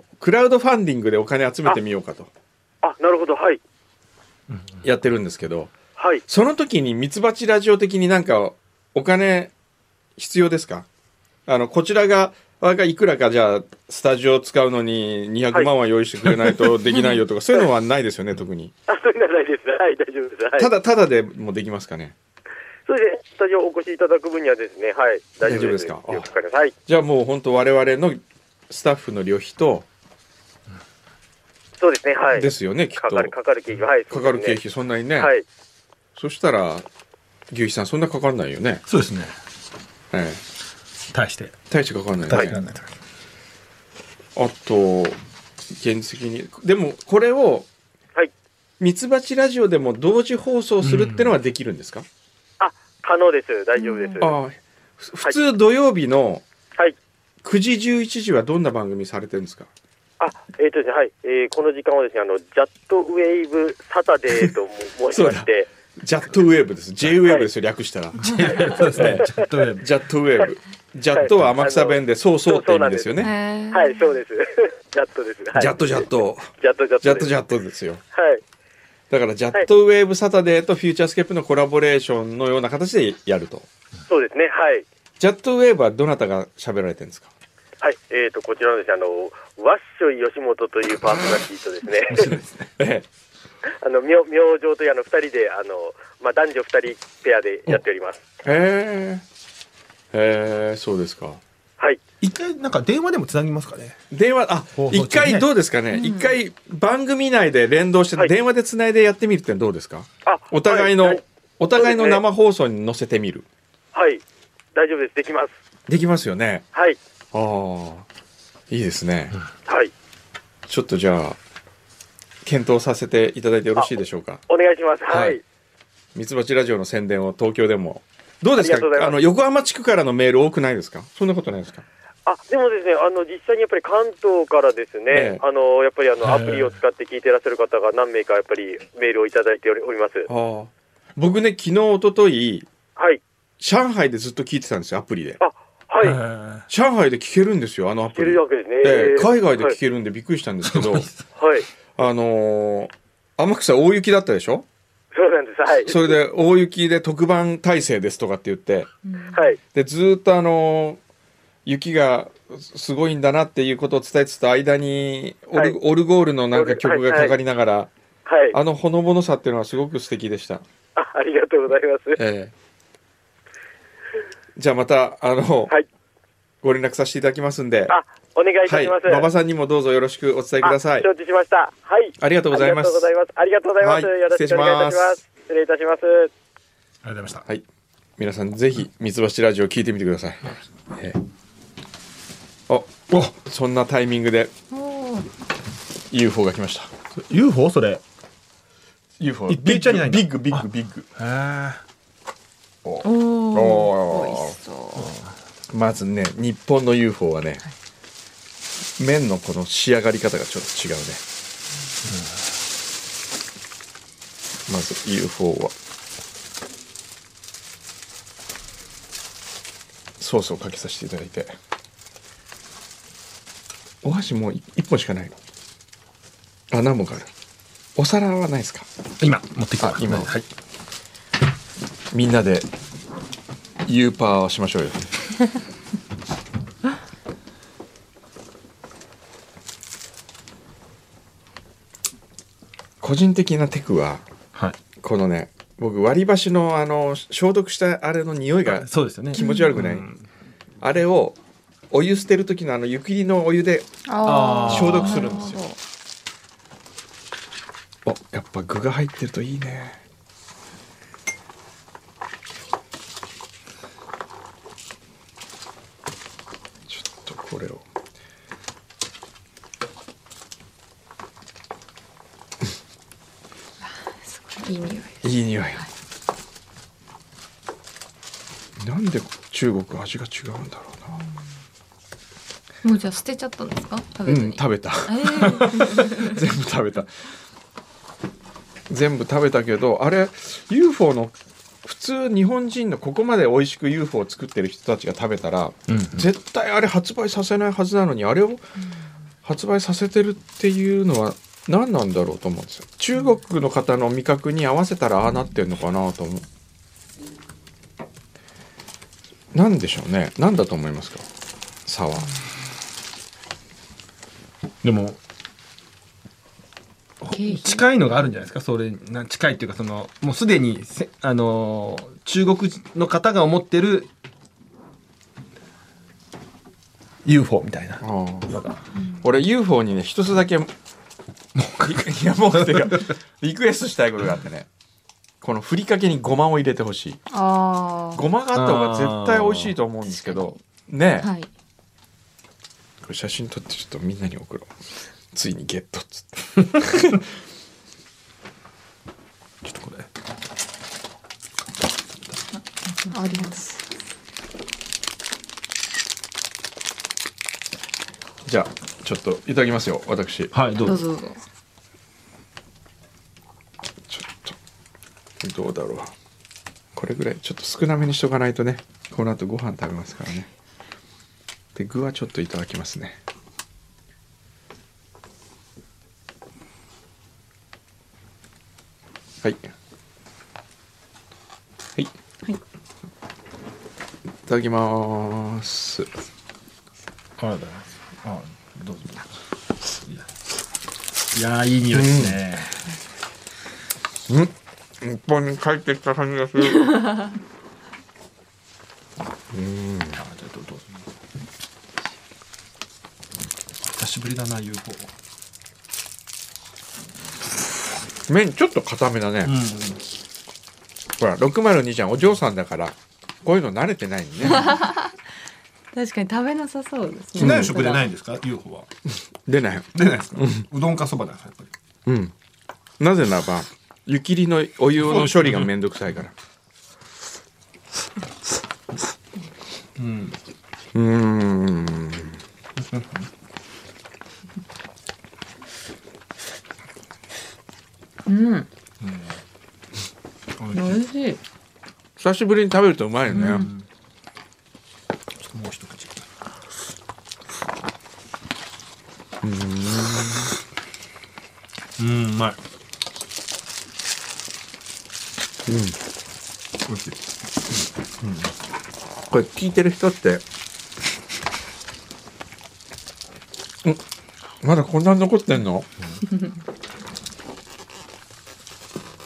S2: ークラウドファンディングでお金集めてみようかと
S7: あ、なるほど。はい。
S2: やってるんですけど、
S7: はい。
S2: その時にミツバチラジオ的になんかお金必要ですかあの、こちらが、わがいくらかじゃあスタジオ使うのに200万は用意してくれない
S7: (laughs)
S2: とできないよとか、そういうのはないですよね、特に。
S7: あ、それならないです。はい、大丈夫です。はい。
S2: ただ、ただでもできますかね。
S7: それでスタジオお越しいただく分にはですね、はい、大丈夫です。
S2: 大丈夫ですか
S7: よくかかります。はい。
S2: じゃあもう本当我々のスタッフの旅費と、
S7: そうですね。はい。
S2: ですよね、きっ
S7: か
S2: と。
S7: かるかかる経費はい。
S2: かかる
S7: そう
S2: 経
S7: です
S2: 費そんなにね、
S7: ね。はい。
S2: そしたら牛肥さんそんなかかんないよね、
S4: そうですね
S2: ええ、
S4: 対して
S2: 大してかかんないよ
S4: 対
S2: ね、
S4: してなんだ
S2: あと現実的にでもこれを
S7: はい
S2: ミツバチラジオでも同時放送するってのはできるんですか、
S7: あ、可能です。大丈夫です。
S2: ああふ普通土曜日の
S7: はい。
S2: 9時11時はどんな番組されてるんですか
S7: あ、えっ、とですね、はい、えーこの時間はですね、あの、ジャットウェイブサタデーとも申しまして、
S2: ジャットウェーブです。J ウェーブですよ、略したら。
S4: (laughs) そうですね。ちょっとね
S2: ジャットウェーブ。ジャットは天草弁で、そうそうって意味ですよ
S5: へ
S2: ね。
S5: え
S7: はい、そうです。 (laughs) ジャットです。はい、
S2: ジャットジャット。
S7: ジャットジャット。
S2: ジャットジ
S7: ャッ
S2: ャットですよ。
S7: ト。はい。
S2: だから、ジャットウェーブサタデーとフューチャースケープのコラボレーションのような形でやると。
S7: そうですね。はい。
S2: ジャットウェーブはどなたが喋られてるんですか
S7: はい。えっ、と、こちらのですね、あの、ワッショイ吉本というパーソナリティとです
S2: え
S7: ね、(laughs) あの、明明星というあの、二人で、あの、まあ、男女二人ペアでやっております。
S2: え。へえ。へえ、そうですか。
S7: はい。
S4: 一回なんか電話でもつなぎますかね。
S2: 電話、あ
S4: ほう、ほう
S2: 一回どうですかね。一回番組内で連動して
S7: はい
S2: 電話でつないでやってみるってのはどうですか
S7: あ
S2: お互いの、
S7: はい。
S2: お互いの生放送に載せてみる。
S7: はい大丈夫です。できます。
S2: できますよね。
S7: はい。
S2: ああ、いいですね。
S7: はい。
S2: ちょっとじゃあ、検討させていただいてよろしいでしょうか。
S7: お願いします。
S2: は
S7: はいい。
S2: ミツバチラジオの宣伝を東京でも。どうですか
S7: ありがとうござい
S2: あ
S7: ます
S2: の、横浜地区からのメール多くないですかそんなことないですか
S7: あでもですね、あの実際にやっぱり関東からです
S2: ええ
S7: ね、あのやっぱりあの
S4: はい
S7: アプリを使って聞いてらっしゃる方が何名かやっぱりメールをいただいておりおります。
S2: ああ。僕ね、昨日、一昨日
S7: はい、
S2: 上海でずっと聞いてたんですよ、アプリで。
S7: あはい、聞
S4: は
S2: 上海で聞けるんですよ、あのアプ
S7: け
S2: リ
S7: る。わけですね。
S2: ええ海外で聞けるんでびっくりしたんですけど、
S7: はい、はい、
S2: あのー天草大雪だったでしょ
S7: そうなんです。はい、
S2: それで大雪で特番体制ですとかって言って、
S7: はい、
S2: でずーっとあのー雪がすごいんだなっていうことを伝えつつ間にオル,、
S7: はい
S2: オルゴールのなんか曲がかかりながら、
S7: はい、
S2: あのほのぼのさっていうのはすごく素敵でした。
S7: (laughs) あありがとうございます。
S2: ええじゃあまたあの、
S7: はい、
S2: ご連絡させていただきますんで、
S7: あお願いいた
S2: はい
S7: します。
S2: 馬場さんにもどうぞよろしくお伝えください
S7: あ。承知しました。はい、
S2: ありがとうございます
S7: ありがとうございます。あ
S2: はい
S7: りがとうございます。よろしくお願いいたします。失礼いたします。
S4: ありがとうございました。
S2: はい。皆さんぜひ三ツ橋ラジオ聞いてみてください。ええあ、
S4: お
S2: そんなタイミングで UFO が来ました。
S4: UFO それ。
S2: UFO。
S4: 一平ちゃんにないんだ
S2: ビッグビッグビッグ。
S4: へー
S2: おー
S6: そう
S2: まずね、日本の UFO はね、麺のこの仕上がり方がちょっと違うね。まず UFO は。ソースをかけさせていただいて。お箸もう1本しかないの。あ、何本かある。お皿はないですか
S4: 今持ってきた
S2: あ。今
S4: はい。
S2: みんなでユーパーをしましょうよ。 (laughs) 個人的なテクは
S4: はい。
S2: このね僕割り箸のあの消毒したあれの匂いが
S4: あそうですよね。
S2: 気持ち悪くない、
S4: うん
S2: あれをお湯捨てる時のあの湯切りのお湯で
S4: あー
S2: 消毒するんですよおやっぱ具が入ってるといいねちょっとこれを
S6: いい匂い
S2: いい匂いなんで中国味が違うんだろ
S5: もうじゃあ捨てちゃったんですか食
S2: うな
S5: べず
S2: うん
S5: に、
S2: 食べた
S5: えー
S2: (laughs) 全部食べた全部食べたけどあれ UFO の普通日本人のここまで美味しく UFO を作ってる人たちが食べたら、
S4: うん
S2: 絶対あれ発売させないはずなのにあれを発売させてるっていうのは何なんだろうと思うんですよ中国の方の味覚に合わせたらああなってるのかなと思うなんでしょうね何だと思いますか差は
S4: でも近いのがあるんじゃないですかそれな近いっていうかそのもうすでにせあのー中国人の方が思ってる UFO み
S2: (laughs)
S4: たいな
S2: あー俺 UFO にね一つだけもういやもうっていうかリクエストしたいことがあってねこのふりかけにごまを入れてほしい
S6: あ
S2: ごまがあった方が絶対美味しいと思うんですけどねえ、
S6: あはい
S2: これ写真撮ってちょっとみんなに送ろうついにゲットっつって (laughs)
S4: ちょっとこれ
S6: あります
S2: じゃあちょっといただきますよ私ちょっ
S4: はいど
S6: ど
S4: う
S6: う
S4: ぞ
S6: ぞ
S2: とどうだろうこれぐらいちょっと少なめにしとかないとねこの後ご飯食べますからねで具はちょっといただきますねはいはい、い、ただきます
S4: あらだあどうぞいやいやいい匂いですね、
S2: うん日本に帰ってきた感じがする
S4: あじゃあどうどうぞ久しぶりだな UFO
S2: 麺ちょっと固めだね、
S4: うん
S2: ほら602ちゃんお嬢さんだからこういうの慣れてないんでね
S4: (laughs)
S6: 確かに食べなさそうですね。
S4: 機内食でないんですか UFO は
S2: 出ない
S4: 出ないですか、うどんかそばなんですかやっぱり
S2: うんなぜならば湯切りのお湯の処理がめんどくさいから
S4: うん
S2: うーん
S6: うん。
S4: おいしい
S6: 美味しい。
S2: 久しぶりに食べるとうまいよね、
S4: ちょっともう一口うんうんうまいうん美味しい
S2: これ聞いてる人ってうんまだこんなに残ってんの (laughs)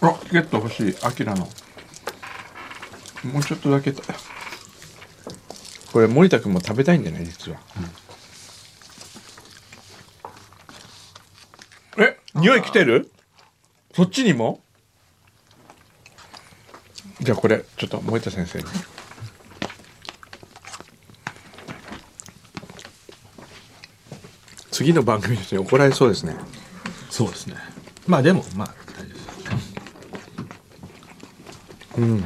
S2: あゲット欲しいアキラのもうちょっとだけだこれ森田君も食べたいんだよね実は、え匂い来てるそっちにもじゃあこれちょっと森田先生に次の番組の人に怒られそうですね
S4: そうですねまあでもまあ大丈夫です
S2: うん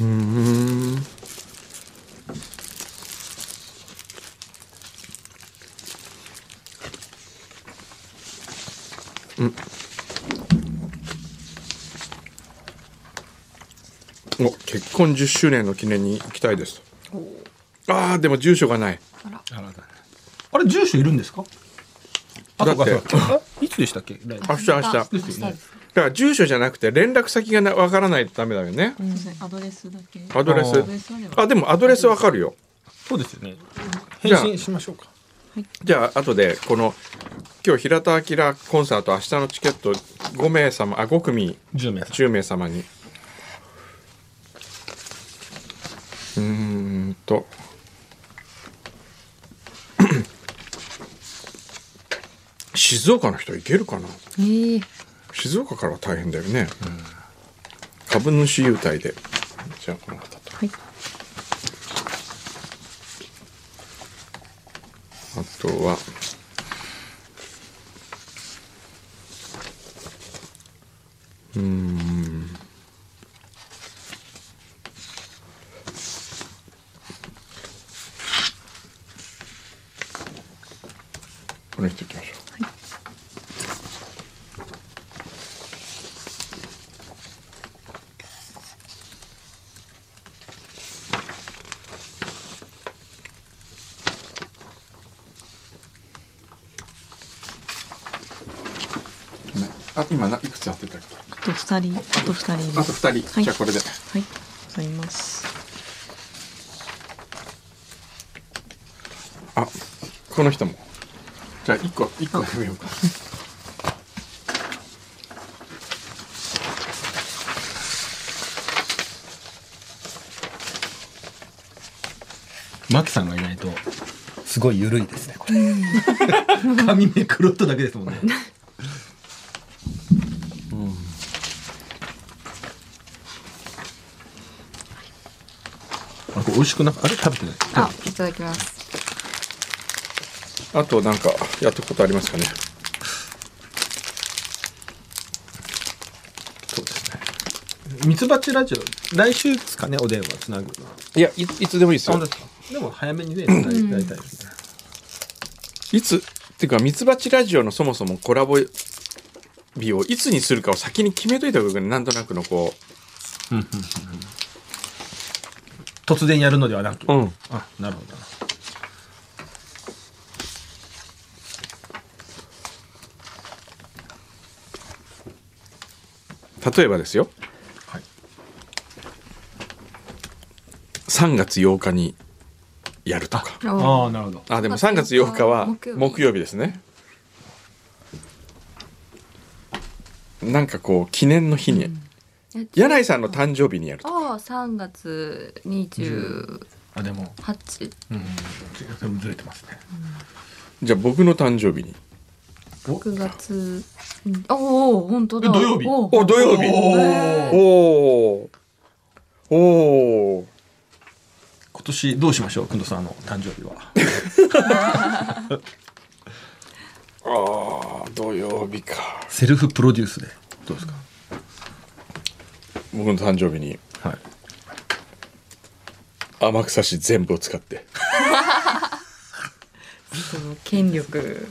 S2: うんお結婚10周年の記念に行きたいですあーでも住所がない
S4: あらだねあれ住所いるんですかあ
S2: だ
S4: と
S2: って
S4: かさあいつでしたっけライブ
S2: 明日明日
S4: ですよね
S2: だから住所じゃなくて連絡先がなわからないとダメだよね
S6: うん
S3: アドレスだけ
S2: アドレス
S4: あーアド
S6: レスあれば
S2: あでもアドレスわかるよ
S4: そうですよね
S2: じ
S4: 返
S2: ゃあ
S4: 信しましょうか
S2: じゃあ後でこの今日平田明コンサート明日のチケット5名様あ5組
S4: 10名さん
S2: 10名様にうーんと (coughs) 静岡の人いけるかな
S6: ええ
S2: 静岡からは大変だよね、株主優待でじゃあこの方と
S6: はい。
S2: あとはうーんこの人いきましょう、あ今ないくつあってたっけ
S6: あと二人、あと二人い
S2: あ
S6: ま
S2: と
S6: す。
S2: 2人、
S6: はい
S2: じゃあこれで
S6: はい。ございます。
S2: あこの人もじゃあ1個1個やめようか
S4: マキさんがいないとすごい緩いですねこれ髪めくろっとだけですもんねあこれ美味しくなあれ食べてない
S5: あ、いただきます。
S2: あとなんかやったことありますかね
S4: ミツバチラジオ、来週ですかね、お電話つなぐのは。
S2: いやい、いつでもいいです
S4: そう
S2: よ
S4: で。すか。でも早めにね、大体大体ですね。
S2: いつ、っていうか、ミツバチラジオのそもそもコラボ日をいつにするかを先に決めといた方がいいなんとなくのこ
S4: 突然やるのではなく。
S2: う。うん。
S4: あ、なるほどな。
S2: 例えばですよ。
S4: はい。
S2: 3月8日にやるとか。
S4: ああ、なるほど。
S2: あ、でも3月8日は
S5: 木曜日
S2: 木曜日ですね。なんかこう、記念の日に。柳井さんの誕生日にやると。
S5: ああ3月28
S4: あ、でも、うん、でもずれてますね。
S2: じゃあ僕の誕生日に。
S5: 9月、うん、おお本当だ
S4: え土曜日
S5: お
S2: お、土曜日
S4: お
S2: お
S4: ー
S2: おーおー
S4: 今年どうしましょう、くんどさんの誕生日は。
S2: ああ、土曜日か。
S4: (laughs) セルフプロデュースで。どうですか。
S2: 僕の誕生日に
S4: はい。
S2: 天草市全部を使って。
S5: その権力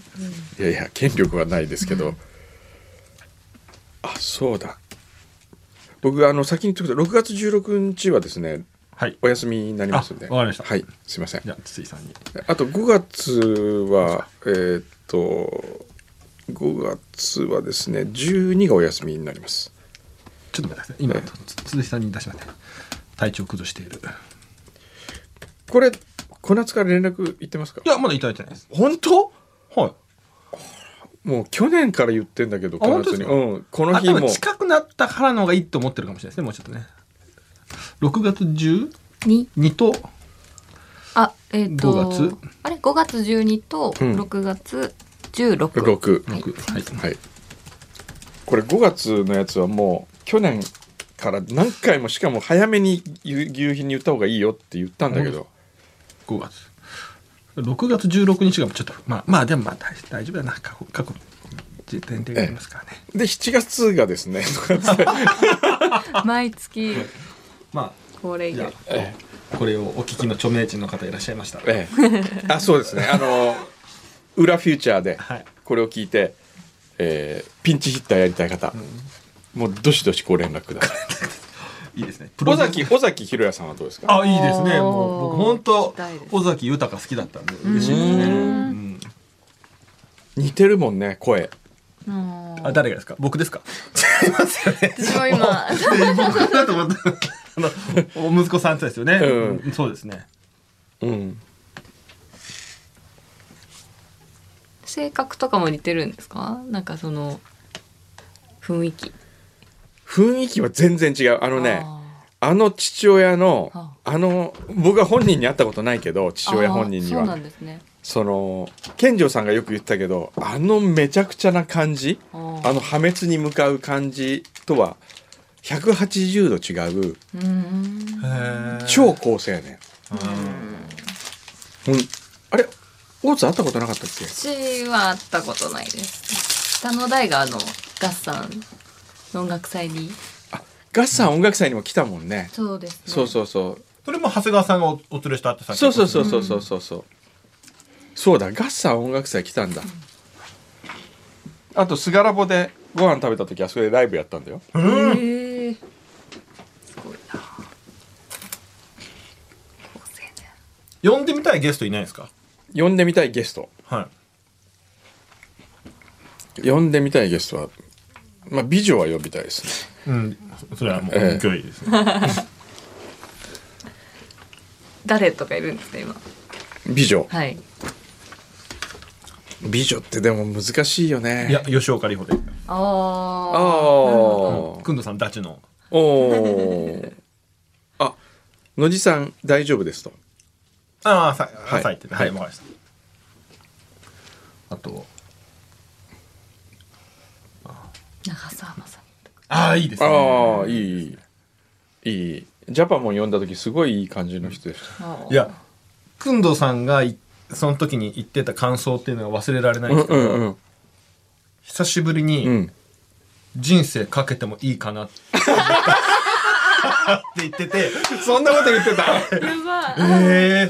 S2: いやいや、権力はないですけど。あ、そうだ。僕、あの、先に言っとくと、6月16日はですね、
S4: はい。
S2: お休みになりますんで。
S4: あわかりました
S2: はい、すいません
S4: じ。ゃあ、筒井さんに。
S2: あと5月は、えーっと、5月はですね、12がお休みになります。
S4: ちょっと待ってください。今、
S2: ええ
S4: つ鈴木さんに出しました。体調崩している。い
S2: これ、小夏から連絡行ってますか
S4: や、まだいただいてないです。
S2: 本当
S4: はい。
S2: もう去年から言ってんだけど、
S4: あ
S2: 小夏に。
S4: 本当です
S2: うん、この
S4: あ、
S2: 日
S4: 多分
S2: も。
S4: 近くなったからの方がいいと思ってるかもしれないですね。もうちょっとね。6月12
S5: に
S4: と、
S5: あえっ、と
S4: 5月
S5: あれ5月12と
S2: うん
S5: 6月16、
S2: 6。
S4: 6。はい。
S2: はい。これ5月のやつはもう去年から何回もしかも早めに牛牛皮に言った方がいいよって言ったんだけど。
S4: 5月6月16日がちょっとまあまあでもまあ大大丈夫だな過去過去時点でやりますからね、
S2: で、7月がです
S4: (laughs)
S2: ね、とか言って
S5: 毎月
S4: ま
S5: 恒例
S4: あじ
S5: が
S4: ゃあこれをお聞きの著名人の方いらっしゃいましたら、
S2: (laughs) ええあ、そうですね。あの、裏フューチャーで
S4: はい
S2: これを聞いて、えーピンチヒッターやりたい方、もうどしどしご連絡ください。
S4: いいですね
S2: 尾崎、尾崎裕也さんはどうですか
S4: あいいですねもう僕本当
S5: 聞きたいです
S4: 尾崎豊好きだったんで嬉しいですね、うん
S2: 似てるもんね、声。
S4: あ誰がですか僕ですか
S5: 私も今
S4: 僕だと思った (laughs) あのお息子さんとですよね、
S2: う
S4: そうですね
S2: うん。
S5: 性格とかも似てるんですかなんかその雰囲気
S2: 雰囲気は全然違う。あのね、
S5: あ
S2: あの父親の
S5: は
S2: あの僕は本人に会ったことないけど
S5: ー
S2: 父親本人に
S5: あーそうな
S2: は
S5: んですね
S2: その健丈さんがよく言ってたけどあのめちゃくちゃな感じ
S5: あ
S2: あ
S5: ー
S2: の破滅に向かう感じとは180度違う
S5: うーん
S2: 超高青年、
S4: うん
S2: うん、あれ大津会ったことなかったっけ
S5: 私は会ったことないです北の大があのガッサンの音楽祭に
S2: ガッサン音楽祭にも来たもんね
S5: そうです、ね、
S2: そうそうそう
S4: それも長谷川さんがおお連れしたってさっき
S2: そうそうそうそうそうそうそうそうだガッサン音楽祭来たんだあとすがらぼでご飯食べた時あそこでライブやったんだよ
S4: うん
S5: へえすごいな高青年
S4: 呼んでみたいゲストいないですか
S2: 呼んでみたいゲスト
S4: はい
S2: 呼んでみたいゲストはまあ美女は呼びたいですね
S4: うん、それはもう
S2: ええ
S4: 勢いですね。
S5: 誰とかいるんですね今
S2: 美女
S5: はい
S2: 美女ってでも難しいよね
S4: いや、吉岡里帆で。
S2: ああ
S5: ああ
S2: お
S4: くんどさんたちの。
S2: ーあ野地さん大丈夫ですと
S4: ああ、さ、
S2: はい
S4: はい、って、は
S2: はい
S4: い、わかりました。あと。
S5: 長澤まさみとか
S4: ああ、いいですね。
S2: ああいいいいいいジャパンも呼んだ時すごいいい感じの人でした
S5: あー
S4: いや、くんどさんがい、その時に言ってた感想っていうのは忘れられないんですけど。
S2: うん
S4: 久しぶり
S2: う
S4: に
S2: ん
S4: 人生かけてもいいかなって。って言ってて、 (laughs)
S2: そんなこと言ってた
S4: ええ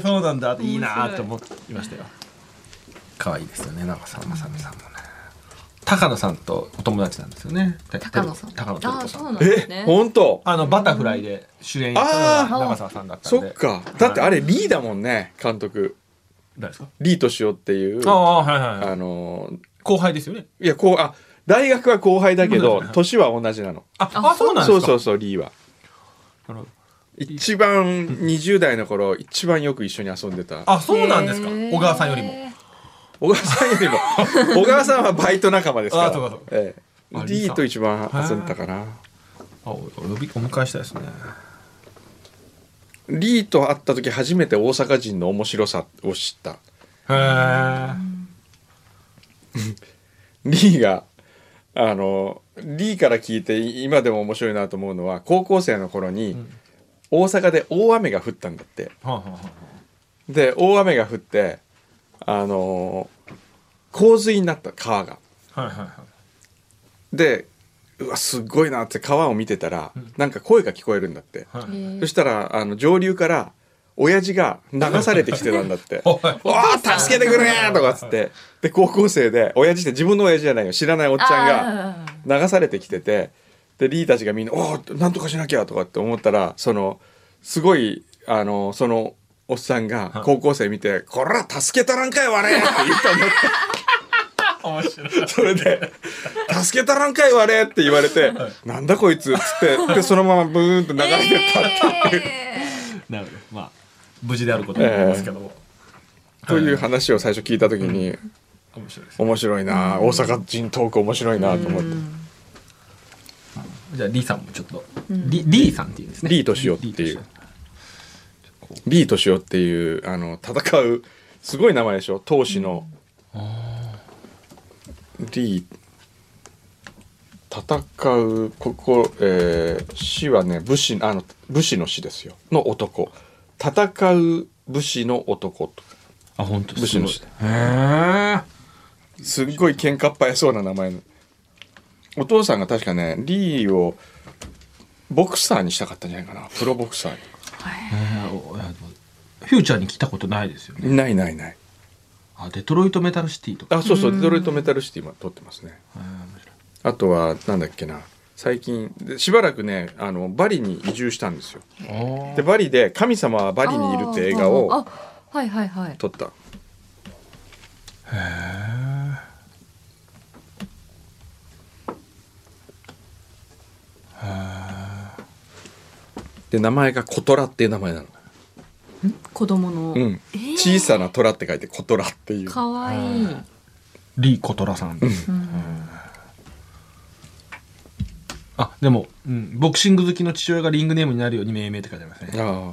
S4: ー、そうなんだっていいなーって思いましたよ。可愛いですよね、なんかさんまさみさんもね。高野さんとお友達なんですよね。高
S5: 野さん
S4: 高野照
S5: あ
S4: 子
S5: あ
S4: さ
S5: そ
S4: ん。
S5: うなんです
S2: え
S5: ね
S2: 本当
S4: あのバタフライで主演したのが長澤さんだったん
S2: そ
S4: で。
S2: っかだってあ
S4: れ
S2: れリーだもんね監督
S4: 誰ですか。
S2: リーとしようっていう
S4: あ
S2: あ
S4: あはいはいはい。
S2: の
S4: 後輩ですよね。
S2: いやこうあ大学は後輩だけ
S4: う
S2: ど
S4: ん
S2: 年は同じなの
S4: ああそうなんです
S2: そう
S4: か。
S2: そう
S4: そ
S2: そうリーは
S4: う。
S2: 一番20代の頃一番よく一緒に遊んでた
S4: あそうなんですか。小川さんよりも。
S2: 小川さんよりも小川さんはバイト仲間ですから
S4: あそうかそうか
S2: ええ
S4: あリ
S2: リ
S4: ーさ
S2: ー
S4: ん
S2: と一番遊んでたかな
S4: あおお呼びお迎えしたいですね。
S2: リーと会った時初めて大阪人の面白さを知った
S4: へえ。
S2: リーがあのリーから聞いて今でも面白いなと思うのは高校生の頃に
S4: ん
S2: 大阪で大雨が降ったんだって
S4: はあ、はあは
S2: で大雨が降ってあの洪水になった川が
S4: あ、はいはいはい。
S2: でうわすっごいなって川を見てたらなんか声が聞こえるんだって、
S4: はい
S2: そしたらあの上流から親父が流されてきてたんだって「お
S4: (laughs) おい
S2: ー助けてくれ!」とかっつってで高校生で親父って自分の親父じゃないよ知らないおっちゃんが流されてきててでリーたちがみんな「おーなんとかしなきゃ!」とかって思ったらそのすごいあのそのおっさんが高校生見て「こら助けたらんかいわれ!」って言ったんだって。
S4: (laughs) 面白い。
S2: それで「助けたらんかいわれ」って言われて「なんだこいつ」っつってでそのままブーンと流れてったっていう、
S4: なるほど。まあ無事であることになりますけども、
S2: という話を最初聞いた時に
S4: 面白いです。
S2: 面白いな大阪人トーク面白いなと思って
S4: じゃあリーさんもちょっと、リリーさんっていうんですね。
S2: リーとしようっていう B 敏夫っていうあの戦うすごい名前でしょ闘志の D 戦うここ、えー、死はね武士あの武士の死ですよの男戦う武士の男と
S4: あ本当
S2: 武士の死
S4: へえ。
S2: すっごい喧嘩っ早そうな名前のお父さんが確かねリーをボクサーにしたかったんじゃないかなプロボクサー
S4: フューチャーに来たことないですよね。
S2: にないないない
S4: あデトロイトメタルシティとか。
S2: あそうそうデトロイトメタルシティ今撮ってますね
S4: へー面白い
S2: あとはなんだっけな最近でしばらくねあのバリに移住したんですよでバリで「神様はバリにいる」って映画を
S5: あはいはいはい
S2: 撮ったで名前が「コトラ」っていう名前なの、
S5: 子供の
S2: うん小さな虎って書いて「コトラ」っていう
S5: かわいい
S4: リー・コトラさんです。うんあでも、うん、ボクシング好きの父親がリングネームになるように命名って書いてありますね。
S2: あ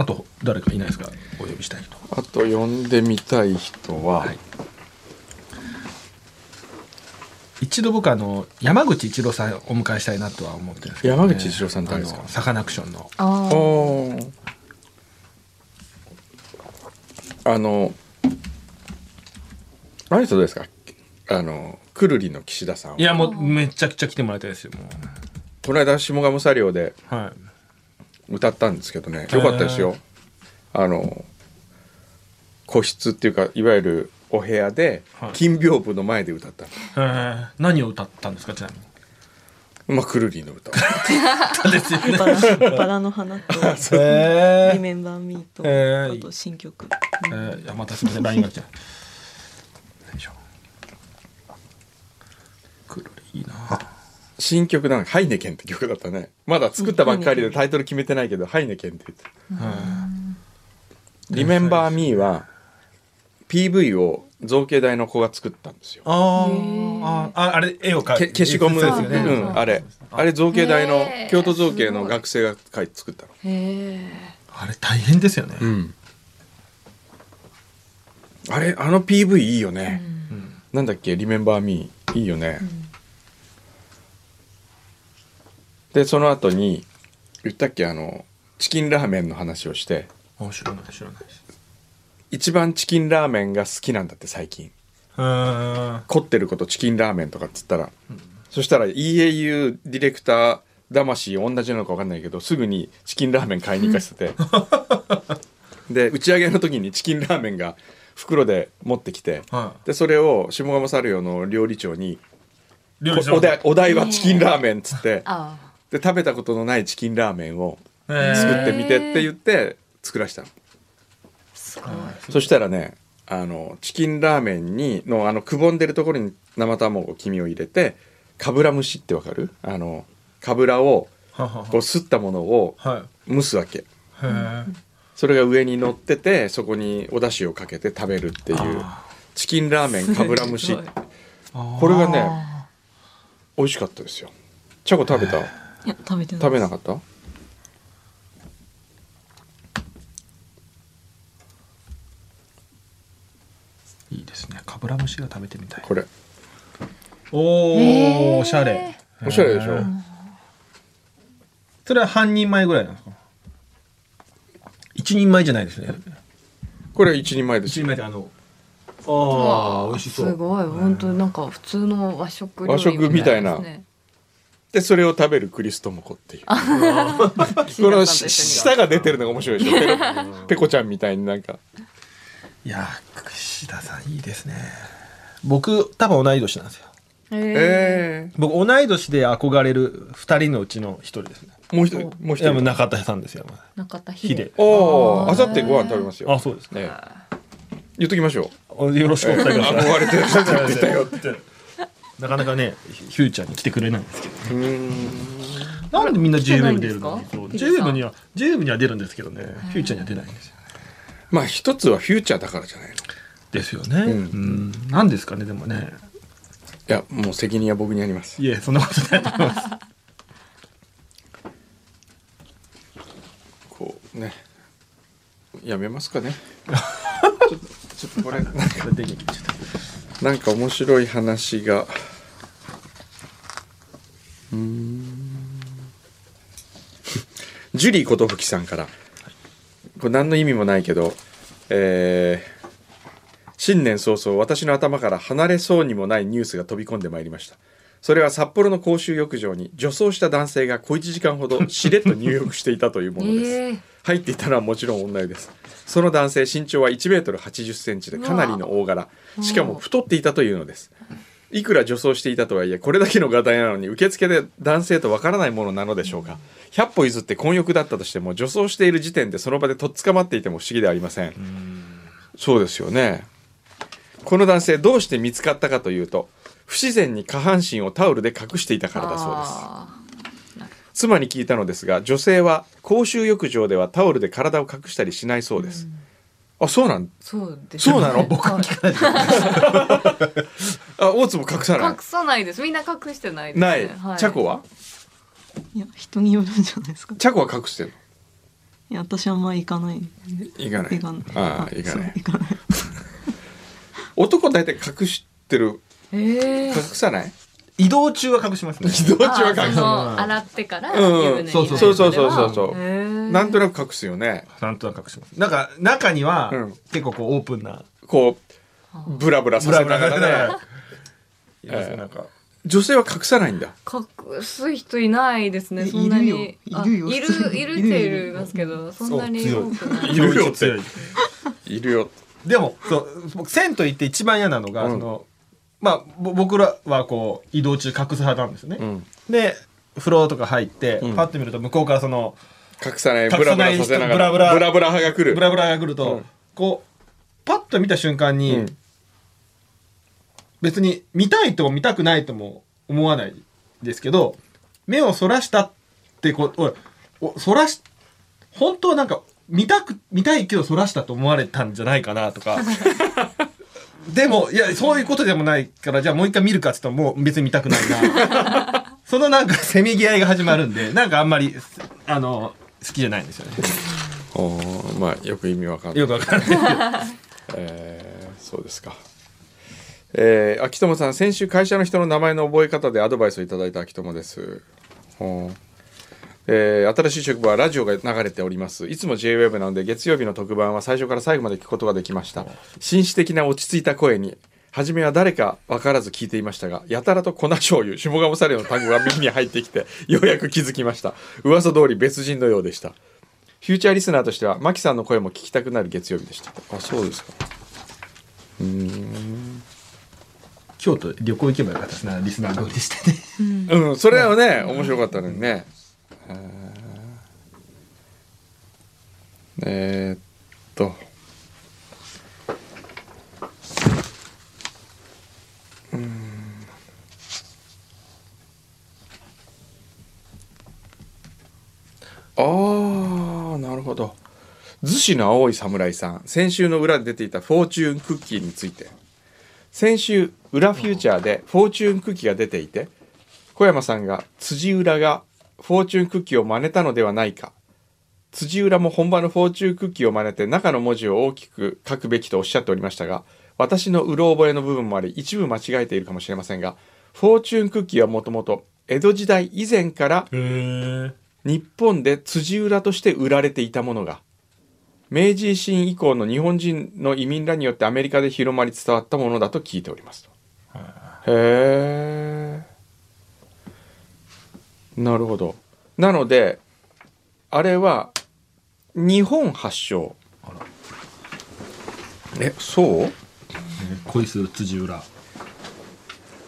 S4: あと誰かいないですかお呼びしたい人。
S2: ああと呼んでみたい人は、
S4: はい一度僕あの山口一郎さんをお迎えしたいなとは思ってるんですけど、
S2: 山口一郎さんって誰ですか
S4: あのサカナクションの
S5: あー
S2: おーあのあの人どうですかあのくるりの岸田さん
S4: いやもうめちゃくちゃ来てもらいたいですよも
S2: この間下鴨サリオで
S4: うはい
S2: 歌ったんですけどねよかったですよあの個室っていうかいわゆるお部屋で
S4: はい
S2: 金屏風の前で歌った、
S4: えー何を歌ったんですかちなみに
S2: (laughs) まあくるりの歌
S4: ですよね
S2: (laughs)
S6: (laughs) バラバラの花と
S4: え
S6: リメンバーミーと、
S4: えー
S6: あと新曲。
S4: ーいやまたすみません LINE が来ちゃうよいしょくるりいいな
S2: 新曲なんか「ハイネケン」って曲だったねまだ作ったばっかりでタイトル決めてないけど「ハイネケン」って言って「Remember Me」は PV を造形大の子が作ったんですよ
S4: あーあーああれ絵を描い
S2: け消しゴム
S4: で
S2: ですす
S4: よ
S2: よ
S4: ね
S2: ね、
S4: う
S2: うんん、あれあれ造形大の
S5: へー
S2: 京都造形の学生が書いて作ったの、
S5: へ
S4: あれ大変ですよね、
S2: うん、あれあの PV いいよね、なんだっけ「Remember Me」いいよね、でその後に言ったっけあのチキンラーメンの話をして
S4: 面白いの知らないです
S2: 一番チキンラーメンが好きなんだって最近
S4: うーん
S2: 凝ってることチキンラーメンとかっつったら、そしたら EAU ディレクター魂同じなのか分かんないけどすぐにチキンラーメン買いに行かせ
S4: (laughs)
S2: てで打ち上げの時にチキンラーメンが袋で持ってきて、
S4: は
S2: でそれを下鴨サルヨの料理長に「
S4: 料理
S2: おお題お題はチキンラーメン」っつって、
S5: あ
S2: で食べたことのないチキンラーメンを
S4: 作
S2: 作ってみてって言って作らしたのそしたらねあのチキンラーメンにのあのくぼんでるところに生卵黄身を入れてかぶら蒸しってわかるあのかぶらを
S4: はは
S2: こうすったものを
S4: ははい
S2: 蒸すわけ
S4: へー
S2: それが上に乗っててそこにお出汁をかけて食べるっていうチキンラーメンかぶら蒸しこれがね美味しかったですよチャコ食べた
S6: いや食べてない
S2: 食べなかった
S4: いいですねかぶら蒸しが食べてみたい
S2: これ
S4: おーおしゃれ
S2: おしゃれでし
S4: へ
S2: ょ
S4: ーそれは半人前ぐらいなんですか一人前じゃないですね
S2: これ一人前で
S4: 一
S2: す
S4: 人
S2: よ
S4: 前ってあのああ美味し
S5: す
S4: そう
S5: ごい本当なんか普通の和食料理
S2: 和食みたいな
S5: みですね
S2: でそれを食べるクリストモコっていうこのし舌が出てるのが面白いでしょ
S4: (laughs)
S2: ペコペコちゃんみたいになんか
S4: いやー串田さんいいですね僕多分同い年なんですよ
S2: え
S4: 僕同い年で憧れる二人のうちの一人ですね
S2: えもう一人もう
S4: い
S2: 一
S4: やもう
S2: 人
S4: 中田さんですよ
S5: 中田
S4: ヒデ
S5: 秀
S2: おああさってご飯食べますよ
S4: あそうですね
S2: ええ言っときましょう
S4: よろしくお伝えください
S2: 憧れてる (laughs) 人って言ってたよ
S4: なかなかねヒューちゃんに来てくれないんですけど
S2: うーん
S4: なんでみんな
S5: 来てない
S4: JWAVE
S5: ん
S4: 出
S5: で
S4: る
S5: すか
S4: のにそう
S5: ヒデさん
S4: JWAVE には JWAVE には出るんですけどねヒューちゃんには出ないんですよね
S2: まあ一つはフューチャーだからじゃないのい
S4: ですよね
S2: う
S4: うんなんですかねでもね
S2: やもう責任は僕にあります
S4: いえそんなことないと思います
S2: こうねやめますかね (laughs) ちょっとちょっとこれなんか
S4: これできちゃった
S2: なんか面白い話が。うーんジュリーことぶきさんから。これ何の意味もないけど、えー新年早々私の頭から離れそうにもないニュースが飛び込んでまいりました。それは札幌の公衆浴場に女装した男性が小1時間ほどしれっと入浴していたというものです。
S5: ええ
S2: 入っていたのはもちろん女湯ですその男性身長は1メートル80センチでかなりの大柄しかも太っていたというのですいくら女装していたとはいえこれだけの画題なのに受付で男性とわからないものなのでしょうか100歩譲って混浴だったとしても女装している時点でその場でとっ捕まっていても不思議ではありませんそうですよねこの男性どうして見つかったかというと不自然に下半身をタオルで隠していたからだそうです
S5: あ
S2: 妻に聞いたのですが女性は公衆浴場ではタオルで体を隠したりしないそうです、あそうなん
S5: ーそうです
S2: そう
S4: (laughs)
S2: なの僕
S5: はい
S2: あ大坪隠さない
S5: 隠さないですみんな隠してないですね
S2: ない、
S5: はい
S2: チャコはい
S6: や人によるんじゃないですか
S2: チャコは隠してる
S6: いや私はあんま行かない
S2: のいかない
S6: 行かない
S2: ああいかない
S6: そう行かない
S2: 男大体隠してる
S5: ええ
S2: 隠さ
S4: (laughs)
S2: ない
S4: 移動中は隠しますね
S2: 移動中は
S5: あ
S2: 隠
S5: そ
S2: さ
S5: の洗ってから湯
S2: ない
S5: 船
S2: うん
S5: に
S2: そ
S5: 入
S2: う
S5: る
S2: そ
S5: ま
S2: う
S5: で
S2: そう
S5: は
S2: そうそうそう
S5: へえ
S2: なんとなく隠すよね
S4: なんとなく隠しますなんか中には
S2: うん
S4: 結構こうオープンな
S2: こうブラブラさ
S4: ブ
S2: せ
S4: ラ
S2: なが
S4: ブラ
S2: らね
S4: がい
S2: ますね
S4: なんか
S2: 女性は隠さないんだ
S5: 隠す人いないですね
S6: い
S5: そんなに
S6: いるよいるよ
S5: あいる
S6: 普通に
S5: いる
S6: いる
S5: って
S6: い
S5: い
S6: る
S5: るいま
S2: (laughs)
S5: すけどそんなに
S4: そう
S5: 多くない
S2: いるよって
S4: 強い
S2: いるよ
S4: でもそう僕銭湯行って一番嫌なのが、
S2: うん
S4: そのまあぼ僕らはこう移動中隠す派なんですよね、
S2: うん
S4: で風呂とか入って、
S2: うん
S4: パッて見ると向こうからその
S2: 隠さない
S4: 隠さな
S2: ブラブラ
S4: い
S2: させながら
S4: 人ブラブラ
S2: ブラブラ派が来る
S4: ブラブラが来ると、
S2: うん
S4: こうパッと見た瞬間に、
S2: うん
S4: 別に見たいとも見たくないとも思わないですけど目をそらしたってこうおいおそらし本当はなんか見たく見たいけどそらしたと思われたんじゃないかな
S2: (laughs)
S4: とかでもいやそういうことでもないからじゃあもう一回見るかっつったらもう別に見たくないな
S2: (laughs)
S4: そのなんかせめぎ合いが始まるんでなんかあんまりあの好きじゃないんですよね
S2: おーまあよく意味わかんない
S4: よくわからない
S2: えーそうですか。えー、秋友さん先週会社の人の名前の覚え方でアドバイスをいただいた秋友です。ほうえー新しい職場はラジオが流れておりますいつも JWEB なので月曜日の特番は最初から最後まで聞くことができました紳士的な落ち着いた声に初めは誰か分からず聞いていましたがやたらと粉醤油下鴨サレの単語が耳に入ってきてようやく気づきました噂通り別人のようでしたフューチャーリスナーとしてはマキさんの声も聞きたくなる月曜日でしたあそうですか
S4: 京都旅行行けばよかったですなリスナー通りでしたね
S2: うんそれはね面白かったのにねえーえーっとうんああなるほど逗子の青い侍さん先週の裏で出ていた「フォーチューンクッキー」について先週「裏フューチャー」で「フォーチューンクッキー」が出ていて小山さんが辻浦がフォーチューンクッキーを真似たのではないか辻浦も本場のフォーチューンクッキーを真似て中の文字を大きく書くべきとおっしゃっておりましたが私のうろ覚えの部分もあり一部間違えているかもしれませんがフォーチューンクッキーはもともと江戸時代以前から日本で辻浦として売られていたものが明治維新以降の日本人の移民らによってアメリカで広まり伝わったものだと聞いておりますと。へえ。なるほど。なのであれは日本発祥。えそう
S4: 恋する辻浦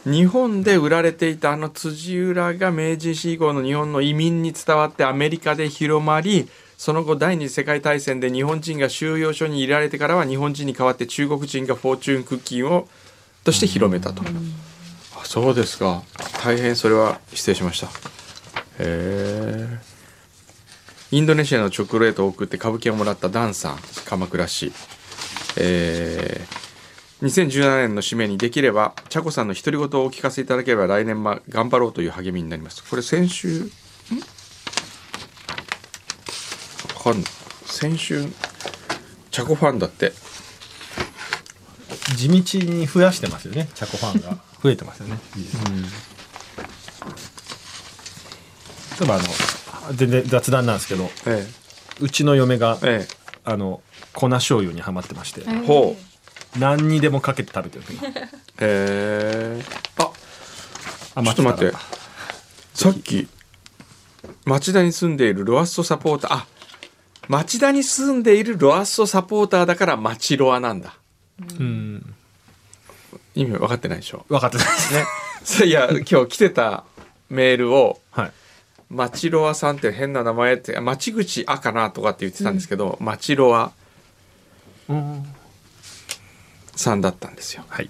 S2: 日本で売られていたあの辻浦が明治維新以降の日本の移民に伝わってアメリカで広まりその後第二次世界大戦で日本人が収容所に入れられてからは日本人に代わって中国人がフォーチュンクッキーをとして広めたとあそうですか大変それは失礼しましたへえインドネシアのチョコレートを送って歌舞伎をもらったダンさん鎌倉市えー2017年の締めにできれば、茶子さんの独り言をお聞かせいただければ来年ま頑張ろうという励みになります。これ先週、んわかんない先週、茶子ファンだって。
S4: 地道に増やしてますよねチャコファンが増えてますよね、例えばあの全然雑談なんですけど
S2: え
S4: うちの嫁が
S2: え、え
S4: あの粉醤油にはまってまして
S2: え、ほう。
S4: 何にでもかけて食べてる
S2: へえ。あ、ちょ
S4: 余
S2: っと
S4: た
S2: 待っ
S4: ら
S2: て。さっき、町田に住んでいるロアッソサポーター、あ、町田に住んでいるロアッソサポーターだから町ロアなんだ。
S4: うん
S2: 意味分かってないでしょ。
S4: 分かってないですね
S2: そういや、今日来てたメールを、
S4: はい
S2: 町ロアさんって変な名前って、町口あかなとかって言ってたんですけど、町ロアさんだったんですよ。
S4: はい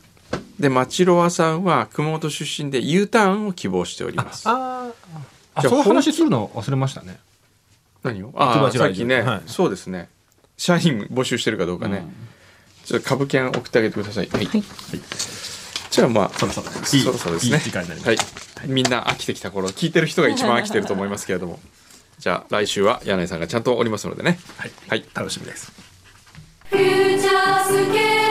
S2: で、町ロアさんは熊本出身で U ターンを希望しております。
S4: ああ
S2: じゃあ
S4: そういう話するの忘れましたね
S2: 何をああ、
S4: 椿
S2: さ
S4: ラ
S2: っ
S4: イジ
S2: き
S4: ン
S2: ね、
S4: はい
S2: そうですね。社員募集してるかどうかね。ちょっと株券送ってあげてください。はい。じゃあまあ、
S4: そろそろ
S2: そろそろですね。
S4: いい時間になりま
S2: はい
S4: し。
S2: みんな飽きてきた頃、聞いてる人が一番飽きてると思いますけれども。じゃあ来週は柳井さんがちゃんとおりますのでね。
S4: た、はい
S2: はい。
S4: 楽しみです
S1: フューチャースケープ